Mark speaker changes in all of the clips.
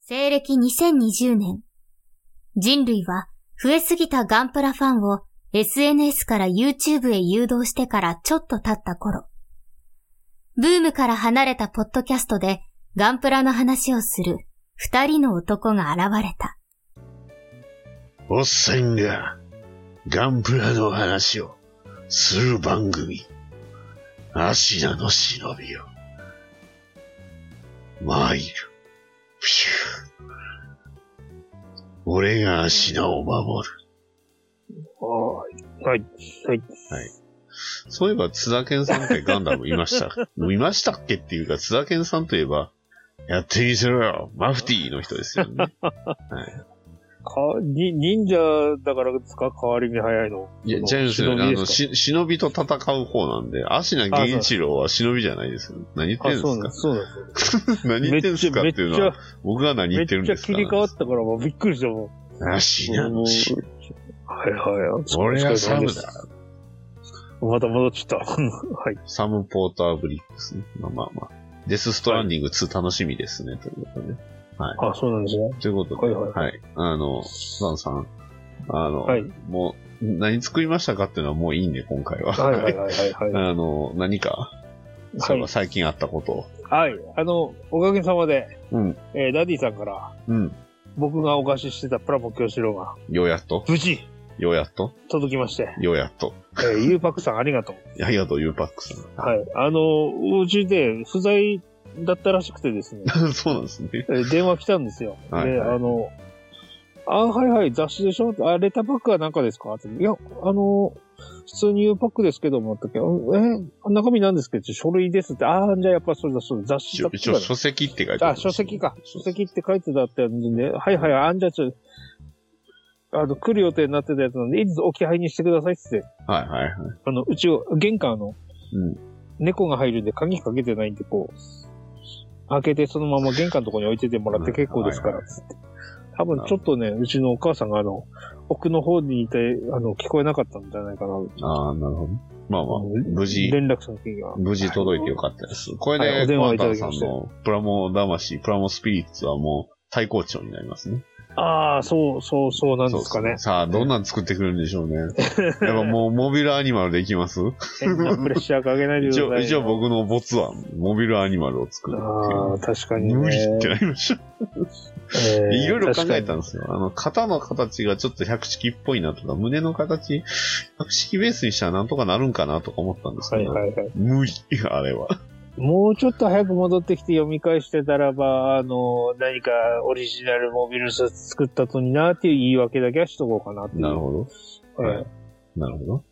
Speaker 1: 西暦2020年、人類は増えすぎたガンプラファンを SNS から YouTube へ誘導してからちょっと経った頃、ブームから離れたポッドキャストでガンプラの話をする二人の男が現れた。
Speaker 2: おっさんがガンプラの話をする番組、アシナの忍びよ。参る。ピュー。俺がアシナを守る。
Speaker 3: はい。はい。はい。
Speaker 2: そういえば津田健さんってガンダムいま した。いましたっけっていうか津田健さんといえば、やってみせろよマフティーの人ですよね。
Speaker 3: か、に、忍者だからですか代わりに早いの。
Speaker 2: いや、ジャイアンツの、
Speaker 3: 忍び
Speaker 2: あ
Speaker 3: です
Speaker 2: の、
Speaker 3: か
Speaker 2: し忍びと戦う方なんで、アシナ源一郎は忍びじゃないですよ。何言って
Speaker 3: あ、
Speaker 2: ん
Speaker 3: そうなん
Speaker 2: で
Speaker 3: ですす。そうなんです
Speaker 2: か何言ってんですかっていうのは、僕が何言
Speaker 3: めっ
Speaker 2: っ
Speaker 3: ち
Speaker 2: て
Speaker 3: ゃ、
Speaker 2: るん
Speaker 3: めっ
Speaker 2: で
Speaker 3: ちゃ
Speaker 2: すか
Speaker 3: 切り替わったから、もうびっくりしたもん。
Speaker 2: アシナ
Speaker 3: も
Speaker 2: の
Speaker 3: う
Speaker 2: し、
Speaker 3: はいはい。
Speaker 2: 俺はサ
Speaker 3: お疲れ様で
Speaker 2: ム
Speaker 3: し
Speaker 2: だ。
Speaker 3: たまた戻っちゃった。はい。
Speaker 2: サム・ポーター・ブリックスね。まあまあまあ。デス・ストランディング2楽しみですね。ということで。
Speaker 3: あ、そうなんですね。
Speaker 2: ということで、
Speaker 3: はい
Speaker 2: はい。あの、サンさん、あの、
Speaker 3: はい。
Speaker 2: もう、何作りましたかっていうのはもういいんで、今回は。
Speaker 3: はいはいはいはいは い。
Speaker 2: あの、何か、そういえば最近あったことを。
Speaker 3: はい。あの、おかげさまで、
Speaker 2: うん。
Speaker 3: えーダディさんから、
Speaker 2: うん。
Speaker 3: 僕がお貸ししてたプラモ教師郎が、
Speaker 2: ようやっと
Speaker 3: 無事、
Speaker 2: ようやっと
Speaker 3: 届きまして、
Speaker 2: ようやっと。
Speaker 3: えー、ゆうぱくさんありがとう。
Speaker 2: ありがとう、ユーパックさん。
Speaker 3: はい。あの、うちで不在だったらしくてです ね、
Speaker 2: そうなんですね。
Speaker 3: えー電話来たんですよ。
Speaker 2: はい
Speaker 3: で、
Speaker 2: はい
Speaker 3: あの、あ、はいはい、雑誌でしょあ、レターパックは何かですかって。いや、あの、普通に U パックですけども、ってうんえ、中身何ですけど書類ですって。ああ、じゃあやっぱそれだ、そうだ、雑誌
Speaker 2: 一
Speaker 3: だ
Speaker 2: 応
Speaker 3: った
Speaker 2: 一
Speaker 3: か
Speaker 2: 応
Speaker 3: ら
Speaker 2: 書籍って書いて
Speaker 3: あ、書籍か。書籍って書いてたってんで、はいはい、あんじゃちょ、あの、来る予定になってたやつなんで、いつ置き配にしてくださいっつって、
Speaker 2: はいはいはい。
Speaker 3: あの、うちを、玄関あの、
Speaker 2: うん
Speaker 3: 猫が入るんで鍵かけてないんで、こう、開けてそのまま玄関のとこに置いててもらって
Speaker 2: うん
Speaker 3: 結構ですから、
Speaker 2: はい
Speaker 3: つって。多分ちょっとね、うちのお母さんがあの、奥の方にいて、あの、聞こえなかったんじゃないかな。
Speaker 2: ああ、なるほど。まあまあ、無事、
Speaker 3: 連絡先が。
Speaker 2: 無事届いてよかったです。こ
Speaker 3: はい
Speaker 2: れで、
Speaker 3: お電
Speaker 2: コ
Speaker 3: 話
Speaker 2: ア
Speaker 3: いた
Speaker 2: タ
Speaker 3: だ
Speaker 2: ン
Speaker 3: き
Speaker 2: さ
Speaker 3: ま
Speaker 2: ん
Speaker 3: して
Speaker 2: のプラモ魂、プラモスピリッツはもう最高潮になりますね。
Speaker 3: ああ、そう、そう、そうなんですか
Speaker 2: そう
Speaker 3: ね
Speaker 2: で。すさあ、どんなん作ってくるんでし ょうね。やっぱもう、モビルアニマルでいきます
Speaker 3: 変なプレッシャーかけないでくだ
Speaker 2: 一
Speaker 3: さいよ
Speaker 2: 応、 一応僕のボツは、モビルアニマルを作るっていう
Speaker 3: ああ、確かに、ね。
Speaker 2: 無理ってなりました。
Speaker 3: えー
Speaker 2: いろいろ考えた
Speaker 3: 確
Speaker 2: んですよ。あの、肩の形がちょっと百式っぽいなとか、胸の形、百式ベースにしたらなんとかなるんかなとか思ったんです
Speaker 3: か
Speaker 2: け
Speaker 3: に
Speaker 2: ど、
Speaker 3: はいはいはい。
Speaker 2: 無理、あれは。
Speaker 3: もうちょっと早く戻ってきて読み返してたらば、あの、何かオリジナルモビルスーツ作ったとになっていう言い訳だけはしとこうかなっていう。
Speaker 2: なるほど。
Speaker 3: はい
Speaker 2: はい。なるほど。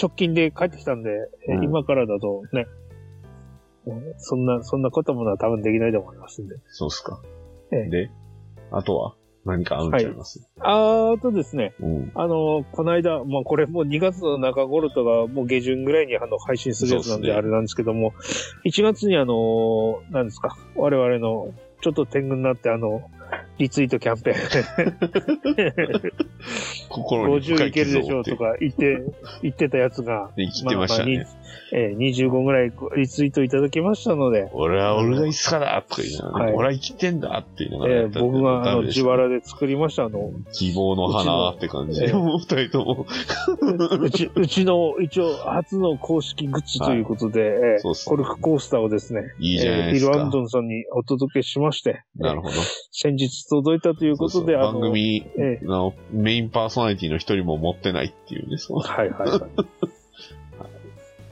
Speaker 3: 直近で帰ってきたんで、え
Speaker 2: うん
Speaker 3: 今からだとね、うんそんな、そんなことものは多分できないと思いますんで。
Speaker 2: そうっすか。
Speaker 3: ええ
Speaker 2: で、あとは何かあるんちゃいます、
Speaker 3: あーとですね、
Speaker 2: うん。
Speaker 3: あの、この間、まあこれもう2月の中頃とか、もう下旬ぐらいにあの配信するやつ
Speaker 2: そう
Speaker 3: なんで
Speaker 2: っすね
Speaker 3: あれなんですけども、1月にあの、何ですか、我々のちょっと天狗になってあの、リツイートキャン ペーン、
Speaker 2: 心に深
Speaker 3: 50
Speaker 2: い
Speaker 3: いける
Speaker 2: 傷を
Speaker 3: でしょ
Speaker 2: 負
Speaker 3: う
Speaker 2: って
Speaker 3: とか言って、言ってたやつが、
Speaker 2: 生きてましたね。
Speaker 3: まあまあにえー25ぐらいリツイートいただきましたので、
Speaker 2: 俺は俺がいつかだとか言いながら、
Speaker 3: はい
Speaker 2: 俺は生きてんだっていうのが、
Speaker 3: えー僕があの自
Speaker 2: は
Speaker 3: 腹で作りましたあの、
Speaker 2: 希望の花って感じで、
Speaker 3: うちの
Speaker 2: もう二人とも。
Speaker 3: うち、うちの一応初の公式グッズということで、えー
Speaker 2: そうっす
Speaker 3: コルクコースターをですね、
Speaker 2: いいじゃないで
Speaker 3: えー
Speaker 2: す
Speaker 3: ビ
Speaker 2: か。
Speaker 3: ル・アンドンさんにお届けしまして、
Speaker 2: なるほど。
Speaker 3: 先日届いたということ
Speaker 2: そう
Speaker 3: で、
Speaker 2: そう
Speaker 3: あの
Speaker 2: 番組
Speaker 3: ええ
Speaker 2: のメインパーソナリティの一人も持ってないっていうね、そう。
Speaker 3: はいはいはい。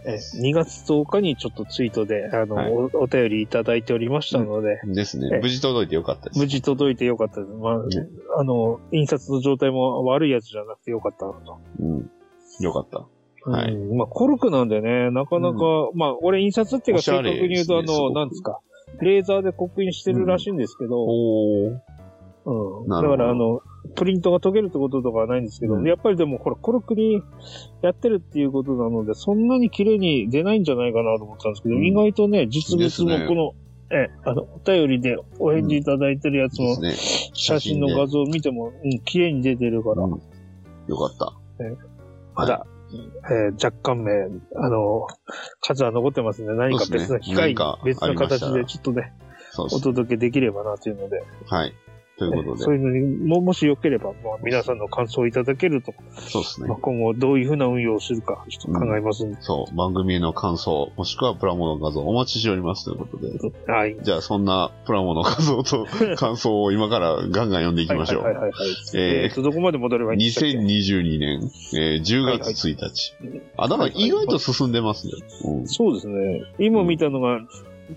Speaker 3: えー2月10日にちょっとツイートで、あの、
Speaker 2: はい
Speaker 3: おお便りいただいておりましたので、
Speaker 2: です
Speaker 3: え
Speaker 2: ね
Speaker 3: え。
Speaker 2: 無事届いてよかったです。
Speaker 3: 無事届いてよかったです。まあ、
Speaker 2: ね
Speaker 3: あの、印刷の状態も悪いやつじゃなくてよかったなと。
Speaker 2: うん。よかった。はい
Speaker 3: うんまあ、コルクなんでね、なかなか、まあ、俺印刷っていう
Speaker 2: お
Speaker 3: か
Speaker 2: し
Speaker 3: 正
Speaker 2: ゃ
Speaker 3: 確
Speaker 2: れ
Speaker 3: に言うと、あ
Speaker 2: ですねすご
Speaker 3: の、
Speaker 2: く
Speaker 3: なんですか、レーザーで刻印してるらしいんですけど、
Speaker 2: おー。
Speaker 3: うん
Speaker 2: な
Speaker 3: だ
Speaker 2: る
Speaker 3: か
Speaker 2: ほど
Speaker 3: ら、あの、プリントが溶けるってこととかはないんですけど、
Speaker 2: うん
Speaker 3: やっぱりでも、これ、コルクにやってるっていうことなので、そんなに綺麗に出ないんじゃないかなと思ったんですけど、
Speaker 2: うん
Speaker 3: 意外とね、実
Speaker 2: で
Speaker 3: 物
Speaker 2: すね
Speaker 3: のこの、え、あの、お便りでお返事いただいてるやつ
Speaker 2: です
Speaker 3: も、
Speaker 2: ね。
Speaker 3: 写真の画像を見ても、うん、綺麗に出てるから、
Speaker 2: うんよかった
Speaker 3: ええ。
Speaker 2: はい
Speaker 3: ただえー若干ね、あの、数は残ってますんで、何か別
Speaker 2: そう
Speaker 3: の機
Speaker 2: ですね何
Speaker 3: 械、
Speaker 2: か
Speaker 3: 別
Speaker 2: あ
Speaker 3: の
Speaker 2: りました
Speaker 3: 形
Speaker 2: ら
Speaker 3: で、ちょっとね、
Speaker 2: そう
Speaker 3: お
Speaker 2: そ
Speaker 3: 届けできればなというので、
Speaker 2: う。はい。ということで
Speaker 3: そ、ういうのにも、もしよければ、まあ、皆さんの感想をいただけると、
Speaker 2: そうですね
Speaker 3: まあ、。今後どういうふうな運用をするか、ちょっと考えますんで、
Speaker 2: そう、番組への感想、もしくはプラモの画像お待ちしておりますということで。
Speaker 3: はい。
Speaker 2: じゃあ、そんなプラモの画像 と感想を今からガンガン読んでいきましょ。
Speaker 3: はいはいうはい、はい。
Speaker 2: えー
Speaker 3: えーと、どこまで戻ればいいんですか
Speaker 2: 2022年、えー10月1日。あ、だから意外と進んでますね。うん
Speaker 3: そうですね。今見たのが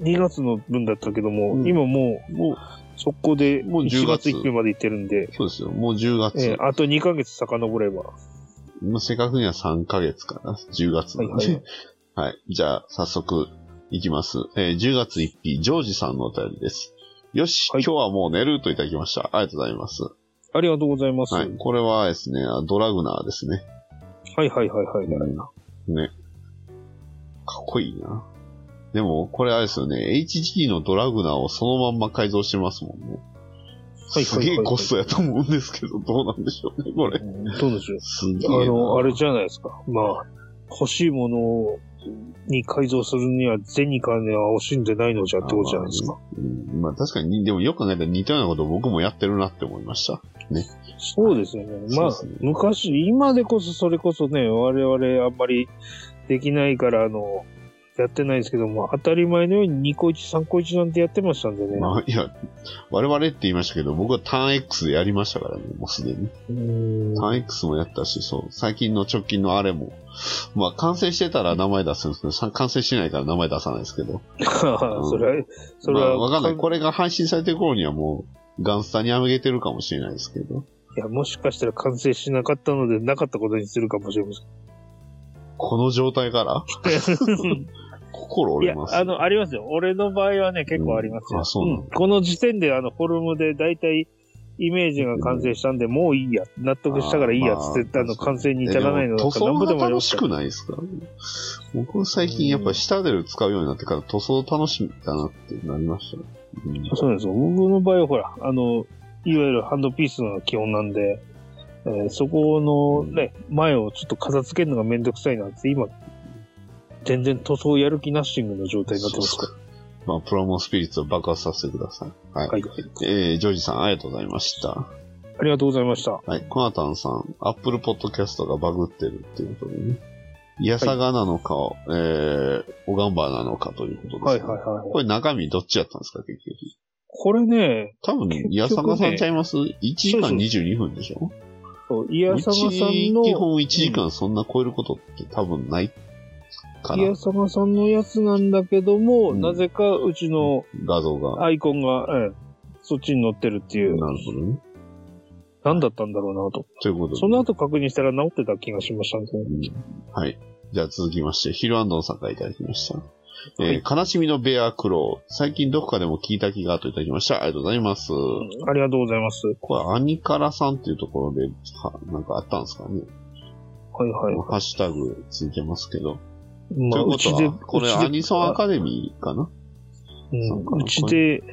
Speaker 3: 2月の分だったけども、
Speaker 2: うん
Speaker 3: 今もう、もう、速攻で
Speaker 2: もう10
Speaker 3: 4
Speaker 2: 月
Speaker 3: 月1日まで行ってるんで、
Speaker 2: そうですよ。もう10月
Speaker 3: え。ーあと2ヶ月遡れば。は
Speaker 2: まあ正確には3ヶ月かな。10月なんで。はい、じゃあ、早速、いきます。えー10月1日、ジョージさんのお便りです。よし、
Speaker 3: はい
Speaker 2: 今日はもう寝るといただきました。ありがとうございます。
Speaker 3: ありがとうございます。は
Speaker 2: はいい。、これはですね、あドラグナーですね。
Speaker 3: はいはいはいはい。
Speaker 2: ね。かっこいいな。でも、これあれですよね、HG のドラグナーをそのまんま改造してますもんね。
Speaker 3: はいはいはい
Speaker 2: すげえコストやと思うんですけど、どうなんでしょうね、これ。
Speaker 3: うんどうでしょう。
Speaker 2: すげえ
Speaker 3: あ
Speaker 2: な。
Speaker 3: の、あれじゃないですか。まあ、欲しいものに改造するには銭金は惜しんでないのじゃってことじゃないですか。
Speaker 2: うんまあ確かに、でもよく考えたら似たようなことを僕もやってるなって思いました。
Speaker 3: そうですよね。まあ
Speaker 2: そうですね
Speaker 3: 昔、今でこそそれこそね、我々あんまりできないから、あの、やってないんですけども、当たり前のように2個1、3個1なんてやってましたんでね。
Speaker 2: まあ、いや、我々って言いましたけど、僕はターン X でやりましたからね、もうすでに。
Speaker 3: うーん
Speaker 2: ターン X もやったし、そう、最近の直近のあれも、まあ完成してたら名前出すんですけど、さ完成してないから名前出さないですけど。
Speaker 3: それは、それ
Speaker 2: ま
Speaker 3: は、
Speaker 2: あわかんない。これが配信されてる頃にはもう、ガンスタに上げてるかもしれないですけど。
Speaker 3: いや、もしかしたら完成しなかったので、なかったことにするかもしれません。
Speaker 2: この状態から、 心
Speaker 3: い
Speaker 2: 折
Speaker 3: や
Speaker 2: れま、す。
Speaker 3: あの、ありますよ。俺の場合はね、結構あります
Speaker 2: う
Speaker 3: よ。
Speaker 2: んあそうなの
Speaker 3: んこの時点で、あの、フォルムで大体、イメージが完成したんで、もういいや。納得したからいいやっつって、
Speaker 2: あー
Speaker 3: あ
Speaker 2: まあ
Speaker 3: の、完成に至らないの
Speaker 2: えで
Speaker 3: だ
Speaker 2: も塗
Speaker 3: ったら
Speaker 2: 装
Speaker 3: 何
Speaker 2: が
Speaker 3: でもやり
Speaker 2: 楽
Speaker 3: ます
Speaker 2: し
Speaker 3: から
Speaker 2: くないですか僕最近やっぱ下で使うようになってから塗装楽しみだなってなりましたね。うん
Speaker 3: そうなんですよ。僕の場合は、ほら、あの、いわゆるハンドピースの基本なんで、えーそこのね、前をちょっと片付けるのがめんどくさいなって、今、全然塗装やる気ナッシングの状態になってますから。
Speaker 2: まあ、プロモスピリッツを爆発させてください。はい。
Speaker 3: はい。
Speaker 2: えージョージさん、ありがとうございました。
Speaker 3: ありがとうございました。
Speaker 2: はい、コナタンさん、アップルポッドキャストがバグってるっていうことでね。イヤサガなのか、えー、おがんばなのかということ
Speaker 3: は
Speaker 2: で
Speaker 3: い
Speaker 2: す、ね。
Speaker 3: はいはい。
Speaker 2: これ中身どっちやったんですか、結局。
Speaker 3: これね、
Speaker 2: 多分、
Speaker 3: 結局ね
Speaker 2: イヤサガさんちゃいます ?1 時間
Speaker 3: そうそう
Speaker 2: 22分でしょ
Speaker 3: そうイヤサマさん
Speaker 2: うち
Speaker 3: の、
Speaker 2: 基本1時間そんな超えることって多分ないか
Speaker 3: イ
Speaker 2: な
Speaker 3: ヤ。サマさんのやつなんだけども、
Speaker 2: うん
Speaker 3: なぜかうちの
Speaker 2: 画像が。
Speaker 3: アイコンが、うんそっちに載ってるっていう、
Speaker 2: なるほどね。
Speaker 3: なんだったんだろうなと。
Speaker 2: ということで。
Speaker 3: その後確認したら治ってた気がしましたね。
Speaker 2: うんはい。じゃあ続きまして、ヒルアンドンさんからいただきました。えー
Speaker 3: はい
Speaker 2: 悲しみのベアクロー。最近どこかでも聞いた気がといただきました。ありがとうございます。
Speaker 3: ありがとうございます。
Speaker 2: これ、アニカラさんっていうところで、はなんかあったんですかね。
Speaker 3: はいはい。
Speaker 2: ハッシュタグついてますけど。
Speaker 3: ま
Speaker 2: とい
Speaker 3: あ、
Speaker 2: う
Speaker 3: う
Speaker 2: こと
Speaker 3: ちで、
Speaker 2: は、これ
Speaker 3: うちで
Speaker 2: アニソンアカデミーかな
Speaker 3: うんうちで、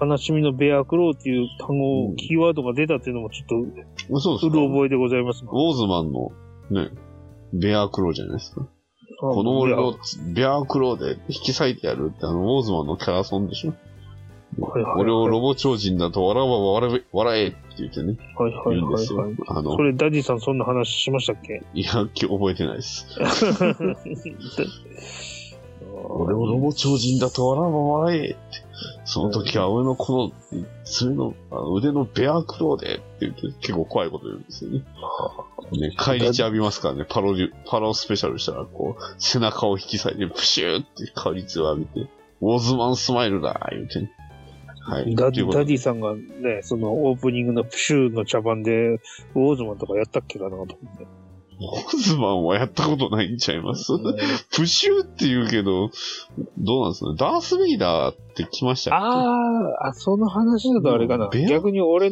Speaker 3: 悲しみのベアクローっていう単語、
Speaker 2: うん
Speaker 3: キーワードが出たっていうのもちょっ
Speaker 2: そうです
Speaker 3: と、う
Speaker 2: か
Speaker 3: る
Speaker 2: ウォ
Speaker 3: 覚えでございますが。
Speaker 2: ーズマンの、ね、ベアクローじゃないですか。この俺
Speaker 3: 俺
Speaker 2: をベアクローで引き裂いてやるって、あの、ウォーズマンのキャラソンでしょ
Speaker 3: はいはいはい
Speaker 2: 俺をロボ超人だと笑わば笑え笑えって言ってね、
Speaker 3: はいはい
Speaker 2: 言うん
Speaker 3: は
Speaker 2: です
Speaker 3: い、は
Speaker 2: よ
Speaker 3: い。。
Speaker 2: あの
Speaker 3: そ、れ、ダディさんそんな話しましたっけ
Speaker 2: いや、今日覚えてないです。俺をロボ超人だと笑うも笑えって。その時は俺のこの、爪の、あの腕のベアクローでって言って結構怖いこと言うんですよね。ね、帰り血浴びますからね、パロリ、パロスペシャルしたらこう、背中を引き裂いてプシューって帰り血を浴びて、ウォーズマンスマイルだ言うてね。はい。
Speaker 3: ダ
Speaker 2: と
Speaker 3: デ
Speaker 2: いう
Speaker 3: ィ
Speaker 2: こと
Speaker 3: ダ
Speaker 2: で
Speaker 3: ディさんがね、そのオープニングのプシューの茶番で、ウォーズマンとかやったっけかなと思って。
Speaker 2: ウォーズマンはやったことないんちゃいますプシューって言うけど、どうなんですかねダース・ベイダーって来ましたっけ
Speaker 3: あーあ、その話だとあれかな。
Speaker 2: ベア
Speaker 3: 逆に俺、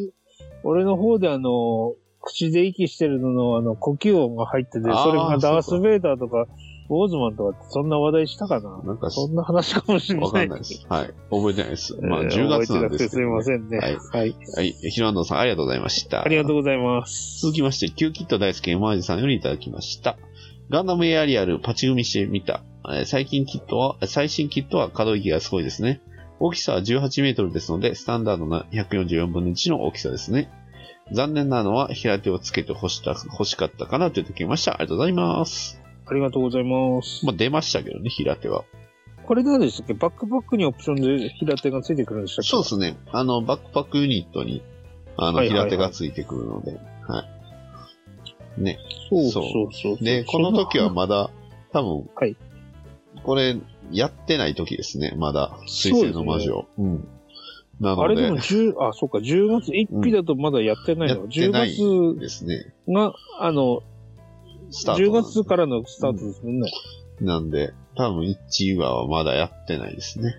Speaker 3: 俺の方であの、口で息してるのの、あの、呼吸音が入ってて、それ
Speaker 2: あー
Speaker 3: がダー
Speaker 2: そう
Speaker 3: ス・ベイダーとか、ウォーズマンとかってそんな話題したかな
Speaker 2: なんか
Speaker 3: そんな話かもしれない。
Speaker 2: わかんないです。はい。覚えてないです。
Speaker 3: えー。
Speaker 2: まあ、10月なんですけど、
Speaker 3: 覚えてなくてすいませんね。
Speaker 2: は
Speaker 3: はいい。
Speaker 2: はい。ヒロアンドさん、ありがとうございました。
Speaker 3: ありがとう
Speaker 2: う。
Speaker 3: ございます。
Speaker 2: 続きまして、キューキット大好き MRG さんよりいただきました。ガンダムエアリアル、パチ組みしてみた。えー最近キットは、最新キットは可動域がすごいですね。大きさは18メートルですので、スタンダードな144分の1の大きさですね。残念なのは、平手をつけて欲した欲しかったかなというときました。ありがとうございます。
Speaker 3: ありがとうございます。
Speaker 2: まあ、出ましたけどね、平手は。
Speaker 3: これ何でしたっけバックパックにオプションで平手がついてくるんでしたっけ
Speaker 2: そうですね。あの、バックパックユニットに、あの、
Speaker 3: はいはいは
Speaker 2: 平
Speaker 3: い
Speaker 2: 手がついてくるので。はい。ね。
Speaker 3: そう
Speaker 2: そう
Speaker 3: そうそうそう。
Speaker 2: で、この時は
Speaker 3: そんな
Speaker 2: まだ、多分、
Speaker 3: はい
Speaker 2: これ、やってない時ですね、まだ。水星の魔女。うん。な
Speaker 3: あ
Speaker 2: の
Speaker 3: れで
Speaker 2: で
Speaker 3: も、10、あ、そうか、10月1日だとまだやってないの。
Speaker 2: うんやって
Speaker 3: 10
Speaker 2: ない
Speaker 3: 月
Speaker 2: ですね、
Speaker 3: が、あの、
Speaker 2: スタート
Speaker 3: 10
Speaker 2: なんで。
Speaker 3: 月からのスタートですもんね。
Speaker 2: なんで、多分1話はまだやってないですね。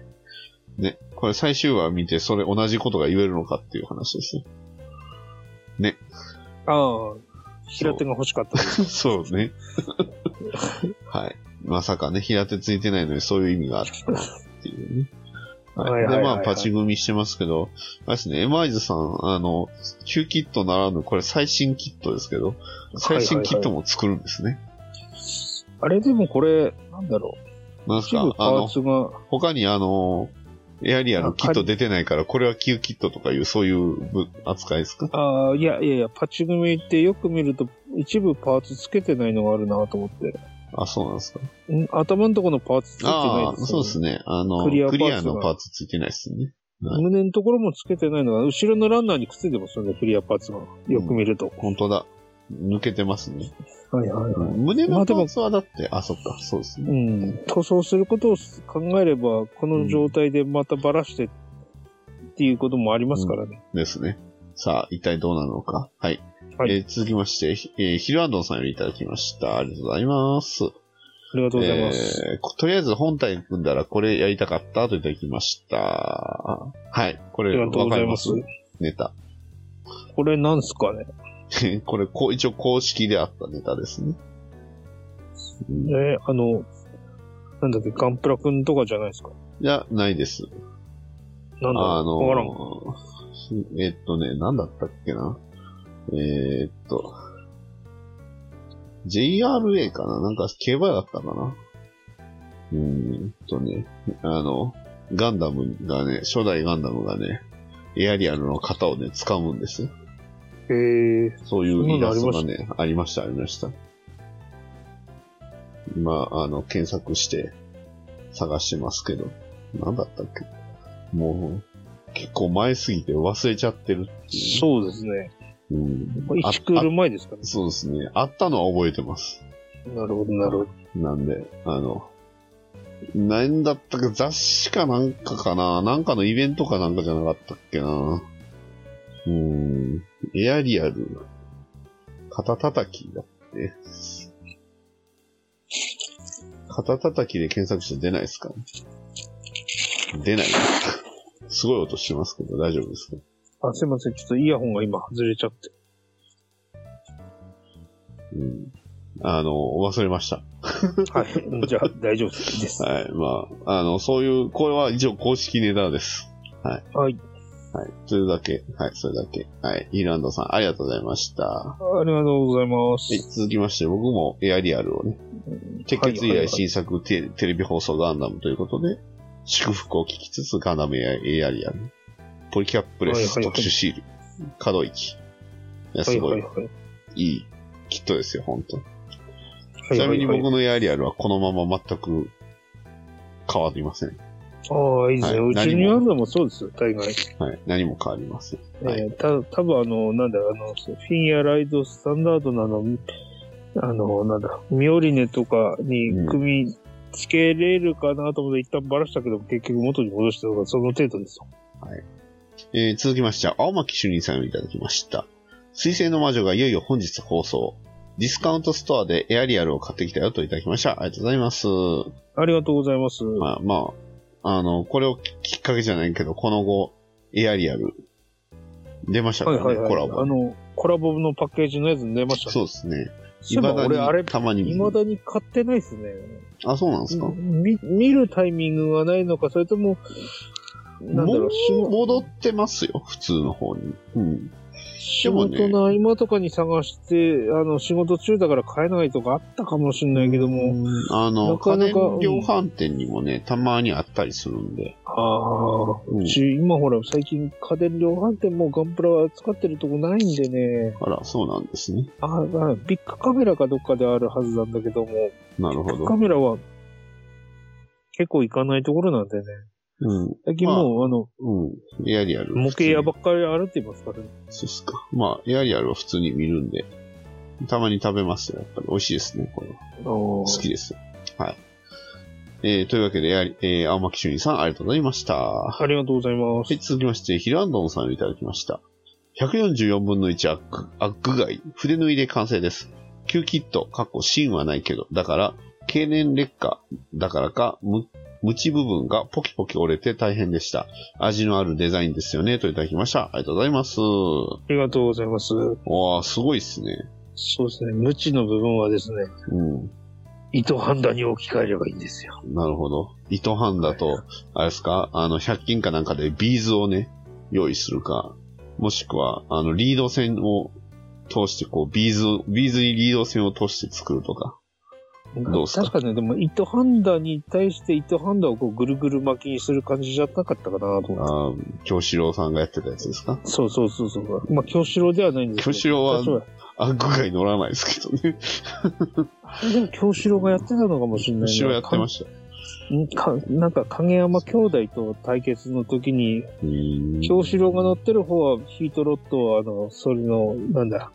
Speaker 2: ね。これ最終話見て、それ同じことが言えるのかっていう話ですね。
Speaker 3: ああ、平手が欲しかったです。
Speaker 2: そうね。はい。まさかね、平手ついてないのにそういう意味があったっていうね。は
Speaker 3: はい
Speaker 2: い。
Speaker 3: はい
Speaker 2: で、
Speaker 3: はい
Speaker 2: ま
Speaker 3: はい
Speaker 2: あ、パチ組みしてますけど、あれですね、エマイズさん、あの、旧キットならぬ、これ最新キットですけど、最新キットも作るんですね。
Speaker 3: あれでもこれ、なんだろ
Speaker 2: なん
Speaker 3: う。
Speaker 2: です
Speaker 3: 一
Speaker 2: か
Speaker 3: 部、パ
Speaker 2: あ
Speaker 3: ー
Speaker 2: の、
Speaker 3: ツが、
Speaker 2: 他にあの、エアリアのキット出てないから、これは旧キットとかいう、そういうぶ扱いですか
Speaker 3: ああ、いやいやいや、パチ組みってよく見ると、一部パーツつけてないのがあるなと思って。
Speaker 2: あ、そうなんですか。
Speaker 3: ん頭のところのパーツつけてない
Speaker 2: ああ
Speaker 3: で、す、ね。
Speaker 2: そうですね。あの、
Speaker 3: クリアパ
Speaker 2: ク
Speaker 3: ーツが
Speaker 2: リアのパーツついてないですね。はい
Speaker 3: 胸のところもつけてないのが、後ろのランナーにくっついてますよね、クリアパーツが。よく見ると。
Speaker 2: 本当だ。抜けてますね。
Speaker 3: はいはいはい。
Speaker 2: 胸
Speaker 3: ま
Speaker 2: の
Speaker 3: あで
Speaker 2: パ
Speaker 3: も
Speaker 2: ーツはだって、あ、そっか、そうです
Speaker 3: う
Speaker 2: ね。
Speaker 3: ん。塗装することを考えれば、この状態でまたバラしてっていうこともありますからね。
Speaker 2: ですね。さあ、一体どうなのか。はい。
Speaker 3: はい
Speaker 2: えー続きまして、ひえーヒルアンドンさんよりいただきました。ありがとうございます。
Speaker 3: ありがとうございます。
Speaker 2: えーことりあえず本体組んだらこれやりたかったといただきました。はい。こ
Speaker 3: あり
Speaker 2: れ、
Speaker 3: がとう
Speaker 2: わ
Speaker 3: ご
Speaker 2: かり
Speaker 3: ざい
Speaker 2: ま
Speaker 3: ますす。
Speaker 2: ネタ。
Speaker 3: これなんすかね。
Speaker 2: これこう、一応公式であったネタですね。うんい
Speaker 3: えーあの、なんだっけ、ガンプラくんとかじゃないですか。
Speaker 2: や、ないです。
Speaker 3: なんだろう
Speaker 2: あの
Speaker 3: わからん。
Speaker 2: えっとね、なんだったっけなえーっと、JRA かななんか、競馬だったかなうーんとね、あの、ガンダムがね、初代ガンダムがね、エアリアルの型をね、掴むんですよ。
Speaker 3: えー、
Speaker 2: そういうイラストが
Speaker 3: そん
Speaker 2: ね、ありました、ありました。今、あの、検索して探してますけど、なんだったっけもう、結構前すぎて忘れちゃってるっていう。
Speaker 3: そうですね。
Speaker 2: うん
Speaker 3: これ
Speaker 2: あ
Speaker 3: 1クール前ですかね
Speaker 2: あ。そうですね。あったのは覚えてます。
Speaker 3: なるほど、なるほど。
Speaker 2: なんで、あの、なんだったか雑誌かなんかかななんかのイベントかなんかじゃなかったっけなうーん。エアリアル、肩叩きだって。肩叩きで検索して出ないですか出ない。すごい音してますけど、大丈夫ですか
Speaker 3: あ、すいません。ちょっとイヤホンが今外れちゃって。
Speaker 2: うん。あの、忘れました。
Speaker 3: はいうん。 じゃあ、大丈夫で す。
Speaker 2: はい。まあ、あの、そういう、これは一応公式ネタです。
Speaker 3: はい。
Speaker 2: はい。それだけ。はい、それだけ。はい。イーランドさん、ありがとうございました。は
Speaker 3: ありがとうございます
Speaker 2: い。。続きまして、僕もエアリアルをね、鉄血以来新作テテレビ放送ガンダムということで、祝福を聞きつつガンダムエアエアリアル、ポリキャップレス
Speaker 3: はいはいはい
Speaker 2: 特殊シール、可動域。いや、
Speaker 3: は
Speaker 2: す
Speaker 3: い
Speaker 2: ご
Speaker 3: はい
Speaker 2: い、
Speaker 3: はい。
Speaker 2: いいキットですよ、本当
Speaker 3: はい
Speaker 2: ちな
Speaker 3: は
Speaker 2: みに
Speaker 3: いはい。
Speaker 2: 僕のエアリアルはこのまま全く変わりません。
Speaker 3: ああ、いいですね。
Speaker 2: はいう
Speaker 3: ちにあるのもそうですよ、大概。
Speaker 2: はい。何も変わりません。はい
Speaker 3: えー、た多分あの、なんだ、あの、フィンやライドスタンダードなの、あの、なんだ、ミオリネとかに組み付けれるかなと思って一旦バラしたけど、結局元に戻したのがその程度ですよ。
Speaker 2: えー続きまして、青巻主任さんよりいただきました。水星の魔女がいよいよ本日放送。ディスカウントストアでエアリアルを買ってきたよといただきました。ありがとうございます。
Speaker 3: ありがとうございます。
Speaker 2: まあ、まあ、あの、これをきっかけじゃないけど、この後、エアリアル、出ましたか
Speaker 3: は
Speaker 2: ら
Speaker 3: い
Speaker 2: ね、
Speaker 3: はいは
Speaker 2: コラ
Speaker 3: い。
Speaker 2: ボ
Speaker 3: あ。の、コラボのパッケージのやつに出ましたね。
Speaker 2: そうですね。
Speaker 3: そういえば俺、あれ、
Speaker 2: たまに見る
Speaker 3: 未だに買ってないですね。
Speaker 2: あ、そうなんですか、
Speaker 3: み見るタイミングがないのか、それとも、なんだろう、仕
Speaker 2: もう
Speaker 3: 事
Speaker 2: 戻ってますよ、普通の方に。うん。
Speaker 3: 仕
Speaker 2: もね
Speaker 3: 事の合間とかに探して、あの、仕事中だから買えないとかあったかもしれないけども、
Speaker 2: あの、
Speaker 3: なか
Speaker 2: 家
Speaker 3: なか
Speaker 2: 電量販店にもね、たまにあったりするんで。
Speaker 3: ああ、
Speaker 2: うん
Speaker 3: うち、今ほら、最近家電量販店もガンプラは使ってるとこないんでね、
Speaker 2: あら、そうなんですね。
Speaker 3: ああ、ビッグカメラかどっかであるはずなんだけども、
Speaker 2: なるほど
Speaker 3: カ。メラは結構行かないところなんでね、
Speaker 2: うん。
Speaker 3: 最近もう、あ、の、
Speaker 2: うん。エアリアル。
Speaker 3: 模型屋ば
Speaker 2: 普
Speaker 3: っかり歩いてますからね。
Speaker 2: 通にそうっすか。まあ、エアリアルは普通に見るんで、たまに食べますよ。やっぱり美味しいですね、これは。
Speaker 3: 好
Speaker 2: 好きです。はい。えー、というわけで、エアリえー、青巻主任さん、ありがとうございました。
Speaker 3: ありがとうございま
Speaker 2: はい、
Speaker 3: す。
Speaker 2: 続きまして、ヒルアンドンさんをいただきました。144分の1アック、アック外、筆縫いで完成です。旧キット、かっこ芯はないけど、だから、経年劣化、だからか、む、ムチ部分がポキポキ折れて大変でした。味のあるデザインですよね、といただきました。ありがとうございます。
Speaker 3: ありがとうございます。
Speaker 2: わあすごいっすね。
Speaker 3: そうですね、無知の部分はですね、
Speaker 2: うん。
Speaker 3: 糸ハンダに置き換えればいいんですよ。
Speaker 2: なるほど。糸ハンダと、あれですか、あの、100均かなんかでビーズをね、用意するか、もしくは、あの、リード線を通して、こう、ビーズを、ビーズにリード線を通して作るとか。どうっすか
Speaker 3: 確かね、でも糸ハンダに対して糸ハンダをこうぐるぐる巻きにする感じじゃなかったかなと思って。
Speaker 2: あー京志郎さんがやってたやつですか
Speaker 3: そうそうそうそう。まあ、京志郎ではないんですけど。
Speaker 2: 京志郎は
Speaker 3: あそう
Speaker 2: あ、具外乗らないですけど ね。
Speaker 3: あでも京志郎がやってたのかもしれないな。
Speaker 2: 後ろやってました。
Speaker 3: かんかなんか影山兄弟と対決の時に、
Speaker 2: うーん
Speaker 3: 京志郎が乗ってる方はヒートロッドをあの、それの、なんだ、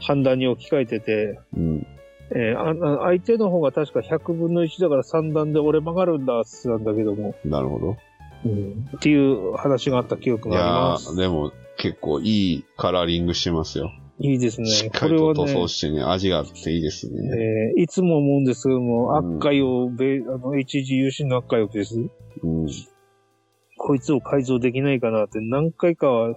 Speaker 3: ハンダに置き換えてて、
Speaker 2: うん。
Speaker 3: えーああ相手の方が確か100分の1だから3段で俺曲がるんだっつなんだけども、
Speaker 2: なるほど。
Speaker 3: っていう話があった記憶
Speaker 2: い
Speaker 3: があり
Speaker 2: や
Speaker 3: ます。
Speaker 2: ー、でも、結構いいカラーリングしてますよ。
Speaker 3: いいです
Speaker 2: しっ
Speaker 3: ね。
Speaker 2: か
Speaker 3: こ
Speaker 2: り
Speaker 3: れは
Speaker 2: と塗装
Speaker 3: ね、
Speaker 2: してね、味があっていいですね。
Speaker 3: えーいつも思うんですけども、
Speaker 2: うん
Speaker 3: 悪海をベ、あの、HGUC の悪海をベースに、
Speaker 2: うん。
Speaker 3: こいつを改造できないかなって何回かは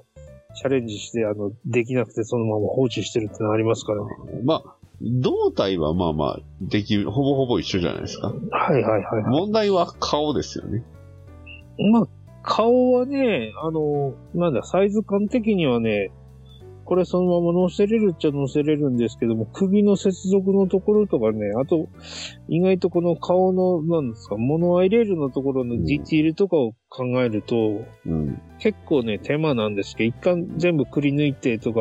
Speaker 3: チャレンジして、あの、できなくてそのまま放置してるってのありますからね。
Speaker 2: まあ、胴体はまあまあ、できる、ほぼほぼ一緒じゃないですか。
Speaker 3: はいはいはいは
Speaker 2: 問題は顔ですよね。
Speaker 3: い。まあ、顔はね、あの、なんだ、サイズ感的にはね、これそのまま乗せれるっちゃ乗せれるんですけども、首の接続のところとかね、あと、意外とこの顔の、なんですか、モノアイレールのところのディティールとかを考えると、
Speaker 2: うん。
Speaker 3: 結構ね、手間なんですけど、一旦全部くり抜いてとか、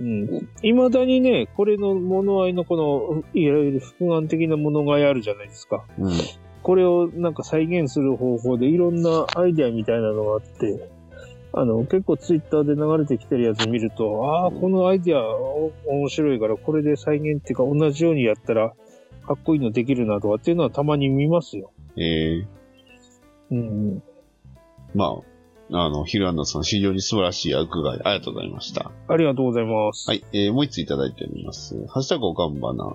Speaker 3: うん。未だにね、これの物合いのこの、いわゆる複眼的な物買いあるじゃないですか。
Speaker 2: うん。
Speaker 3: これをなんか再現する方法でいろんなアイデアみたいなのがあって、あの、結構ツイッターで流れてきてるやつ見ると、ああ、このアイデアお面白いから、これで再現っていうか同じようにやったら、かっこいいのできるなとかっていうのはたまに見ますよ。
Speaker 2: えー、
Speaker 3: うん。
Speaker 2: まあ、あの、ヒルアンダさん、非常に素晴らしい役外、ありがとうございました。
Speaker 3: ありがとうございます。
Speaker 2: はい、えー、もう一ついただいております。ハッシュタグおかんばな。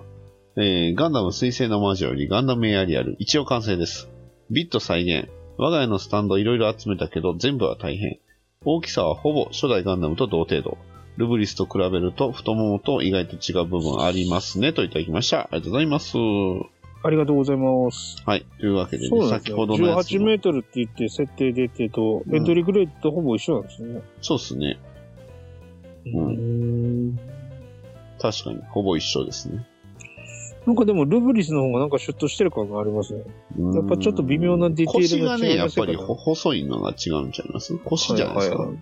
Speaker 2: えー、ガンダム水星の魔女よりガンダムエアリアル、一応完成です。ビット再現。我が家のスタンドいろいろ集めたけど、全部は大変。大きさはほぼ初代ガンダムと同程度。ルブリスと比べると太ももと意外と違う部分ありますね、といただきました。ありがとうございます。は
Speaker 3: ありがとうございます。
Speaker 2: い、というわけで
Speaker 3: そう
Speaker 2: ね、
Speaker 3: なんです
Speaker 2: 先
Speaker 3: よ。
Speaker 2: ほどのやつ
Speaker 3: 18
Speaker 2: の
Speaker 3: メートルって言って設定出てと、
Speaker 2: うん
Speaker 3: エントリーグレードとほぼ一緒なんですね。
Speaker 2: そうですね。う確かに、ほぼ一緒ですね。
Speaker 3: なんかでもルブリスの方がなんかシュッとしてる感がありますね。
Speaker 2: や
Speaker 3: っぱちょっと微妙なディテールの
Speaker 2: 腰が
Speaker 3: 違
Speaker 2: ね、
Speaker 3: い
Speaker 2: や
Speaker 3: の
Speaker 2: っ
Speaker 3: 世
Speaker 2: ぱ
Speaker 3: 界だ
Speaker 2: りほ細いのが違うんちゃいます腰じゃないですか。
Speaker 3: はいはい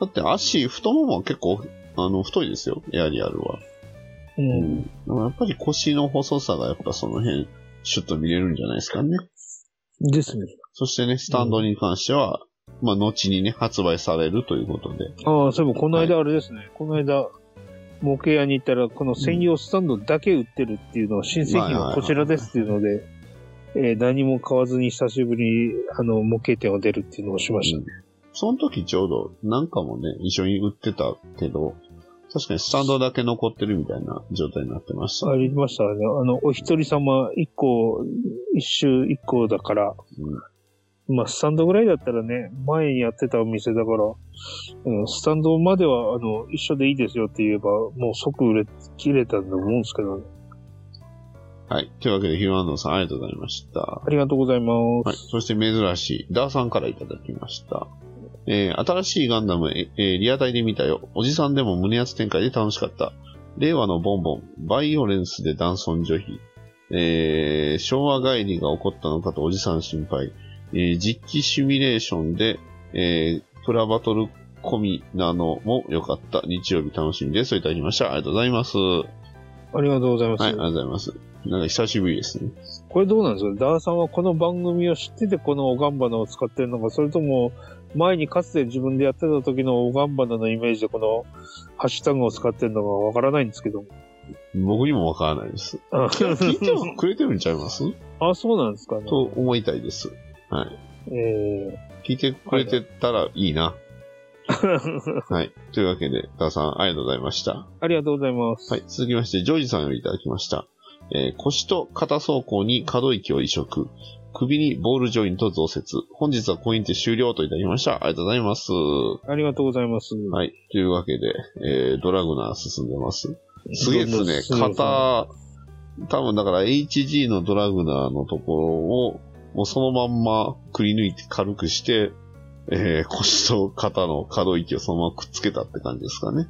Speaker 2: だって足、太ももは結構、あの、太いですよ、エアリアルは。
Speaker 3: う。
Speaker 2: うんん。でもやっぱり腰の細さがやっぱその辺、シュッと見れるんじゃないですかね。
Speaker 3: ですね。
Speaker 2: そしてね、スタンドに関しては、まあ、後にね、発売されるということで。
Speaker 3: ああ、そういえばこの間あれですね。この間、模型屋に行ったら、この専用スタンドだけ売ってるっていうのは、新製品はこちらですっていうので、えー何も買わずに久しぶりに、あの、模型店を出るっていうのをしましたね。
Speaker 2: その時ちょうど、なんかもね、一緒に売ってたけど、確かにスタンドだけ残ってるみたいな状態になってました。
Speaker 3: ありましたね。あの、お一人様一個、一周一個だから、まあ、スタンドぐらいだったらね、前にやってたお店だから、うん、スタンドまでは、あの、一緒でいいですよって言えば、もう即売れ切れたんだと思うんですけどね。
Speaker 2: はい。というわけで、ヒューアンドさんありがとうございました。
Speaker 3: ありがとうございます。
Speaker 2: はい。そして珍しい、ダーさんからいただきました。えー新しいガンダム、ええーリアタイで見たよ。おじさんでも胸熱展開で楽しかった。令和のボンボン、バイオレンスで男尊女卑。えー昭和帰りが起こったのかとおじさん心配。えー実機シミュレーションで、えープラバトル込みなのも良かった。日曜日楽しみです。といただきました。ありがとうございます。はい、
Speaker 3: ありがとうございます。
Speaker 2: ありがとうございます。なんか久しぶりですね。
Speaker 3: これどうなんですかダーさんはこの番組を知っててこのオガンバナを使ってるのか、それとも前にかつて自分でやってた時のオガンバナのイメージでこのハッシュタグを使ってるのかわからないんですけ ども。
Speaker 2: 僕にもわからないです。
Speaker 3: あ
Speaker 2: 聞いてもくれてるんちゃいます
Speaker 3: あ、そうなんですかね。
Speaker 2: と思いたいです。
Speaker 3: えー、
Speaker 2: 聞いてくれてたらいいな。はい。というわけで、ダーさん、ありがとうございました。
Speaker 3: ありがとうございます。
Speaker 2: はい。続きまして、ジョージさんよりいただきました。えー腰と肩走行に可動域を移植。首にボールジョイント増設。本日はコインテ終了といただきました。ありがとうございます。
Speaker 3: ありがとうございます。
Speaker 2: はい。というわけで、えードラグナー進んでます。すげえですね。
Speaker 3: どんどん進んでま
Speaker 2: 肩、多分だから HG のドラグナーのところを、もうそのまんまくり抜いて軽くして、えー腰と肩の可動域をそのままくっつけたって感じですかね。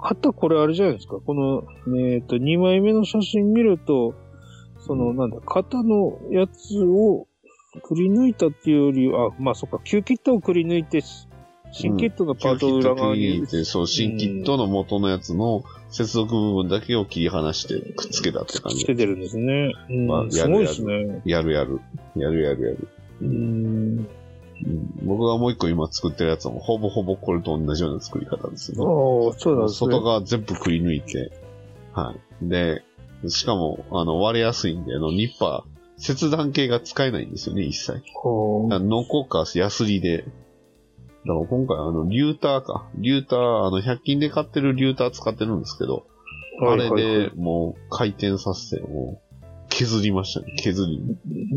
Speaker 3: 肩これあれじゃないですか。この、えっ、と、2枚目の写真見ると、その、なんだ、肩のやつをくり抜いたっていうよりは、あ、まあそっか、旧キットをくり抜いて、新キットのパートを裏側に。
Speaker 2: 旧キットを切り抜いてそう、新キットの元のやつの接続部分だけを切り離してくっつけたって感
Speaker 3: つ
Speaker 2: じ
Speaker 3: け。てるんですね。うん
Speaker 2: まあ
Speaker 3: すごいですね。
Speaker 2: やるやる。やるやるやる。
Speaker 3: うん。
Speaker 2: うん僕がもう一個今作ってるやつもほぼほぼこれと同じような作り方です
Speaker 3: ああ
Speaker 2: よね。、
Speaker 3: そうなんです
Speaker 2: 外
Speaker 3: ね。
Speaker 2: 側全部くり抜いて、はい。で、しかも、あの、割れやすいんで、あの、ニッパー、切断系が使えないんですよね、一切。だからノコかヤスリで。だから今回、あの、リューターか。リューター、あの、100均で買ってるリューター使ってるんですけど、あれで、もう、回転させて、もう、削りましたね、削り。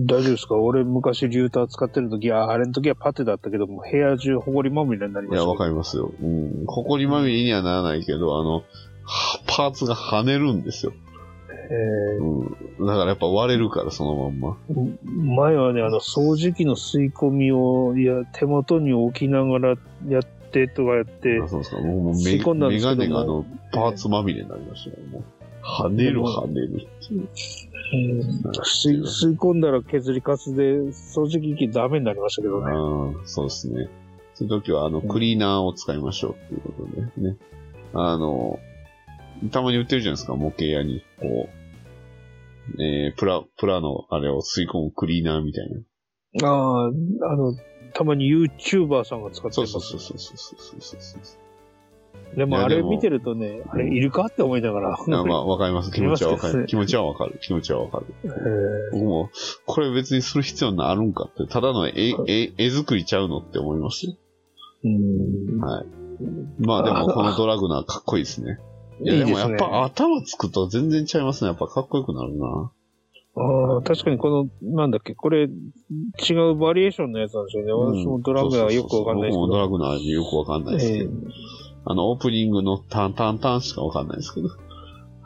Speaker 3: 大丈夫ですか俺昔リューター使ってる時、ああれの時はパテだったけども、部屋中ほこりまみれになり
Speaker 2: い
Speaker 3: ました
Speaker 2: や、
Speaker 3: けど。
Speaker 2: わかりますよ。うん。ほこりまみれにはならないけど、あの、はパーツが跳ねるんですよ。
Speaker 3: え
Speaker 2: うん。だからやっぱ割れるから、そのまんま。
Speaker 3: ー前はね、あの、掃除機の吸い込みを、いや、手元に置きながらやってとかやって
Speaker 2: あ、そうですか。もうもう
Speaker 3: 吸
Speaker 2: メ
Speaker 3: い込んだんで
Speaker 2: メ
Speaker 3: す
Speaker 2: ガ
Speaker 3: けども
Speaker 2: ネがあの、パーツまみれになりましたよ。もう跳ね
Speaker 3: で
Speaker 2: る
Speaker 3: も
Speaker 2: 跳ねる。
Speaker 3: うん吸い吸い込んだら削りカスで、掃除機ダメになりましたけどね。
Speaker 2: ああ、そうですね。そういう時は、あの、クリーナーを使いましょうっていうことでね。あの、たまに売ってるじゃないですか、模型屋に。こう、えー、プラ、プラのあれを吸い込むクリーナーみたいな。
Speaker 3: ああ、あの、たまに YouTuber さんが使って
Speaker 2: そう
Speaker 3: ます
Speaker 2: そう。そうそうそうそうそうそうそう。
Speaker 3: でも
Speaker 2: いや
Speaker 3: あれ
Speaker 2: でも
Speaker 3: 見てるとね、あれいるかって思いながら。
Speaker 2: あまあ、わかります。気持ちはわか
Speaker 3: あります
Speaker 2: る。気持ちはわかる。気持ちはわかる。
Speaker 3: えー
Speaker 2: 僕も、これ別にする必要あるんかって、ただの絵、絵、絵作りちゃうのって思いますよ。
Speaker 3: うん
Speaker 2: はい。まあでも、このドラグナーかっこいいですね。いや、
Speaker 3: いい
Speaker 2: で
Speaker 3: で
Speaker 2: も
Speaker 3: す
Speaker 2: やっ
Speaker 3: ね。
Speaker 2: ぱ頭つくと全然ちゃいますね。やっぱかっこよくなるな。
Speaker 3: ああ、確かにこの、なんだっけ、これ、違うバリエーションのやつなんですよね。私もドラムはよくわかんない
Speaker 2: そうそうそうそう
Speaker 3: です
Speaker 2: 僕もドラ
Speaker 3: け
Speaker 2: グナーよくわかんないですけど。
Speaker 3: ど。
Speaker 2: あの、オープニングのタンタンタンしかわかんないですけど。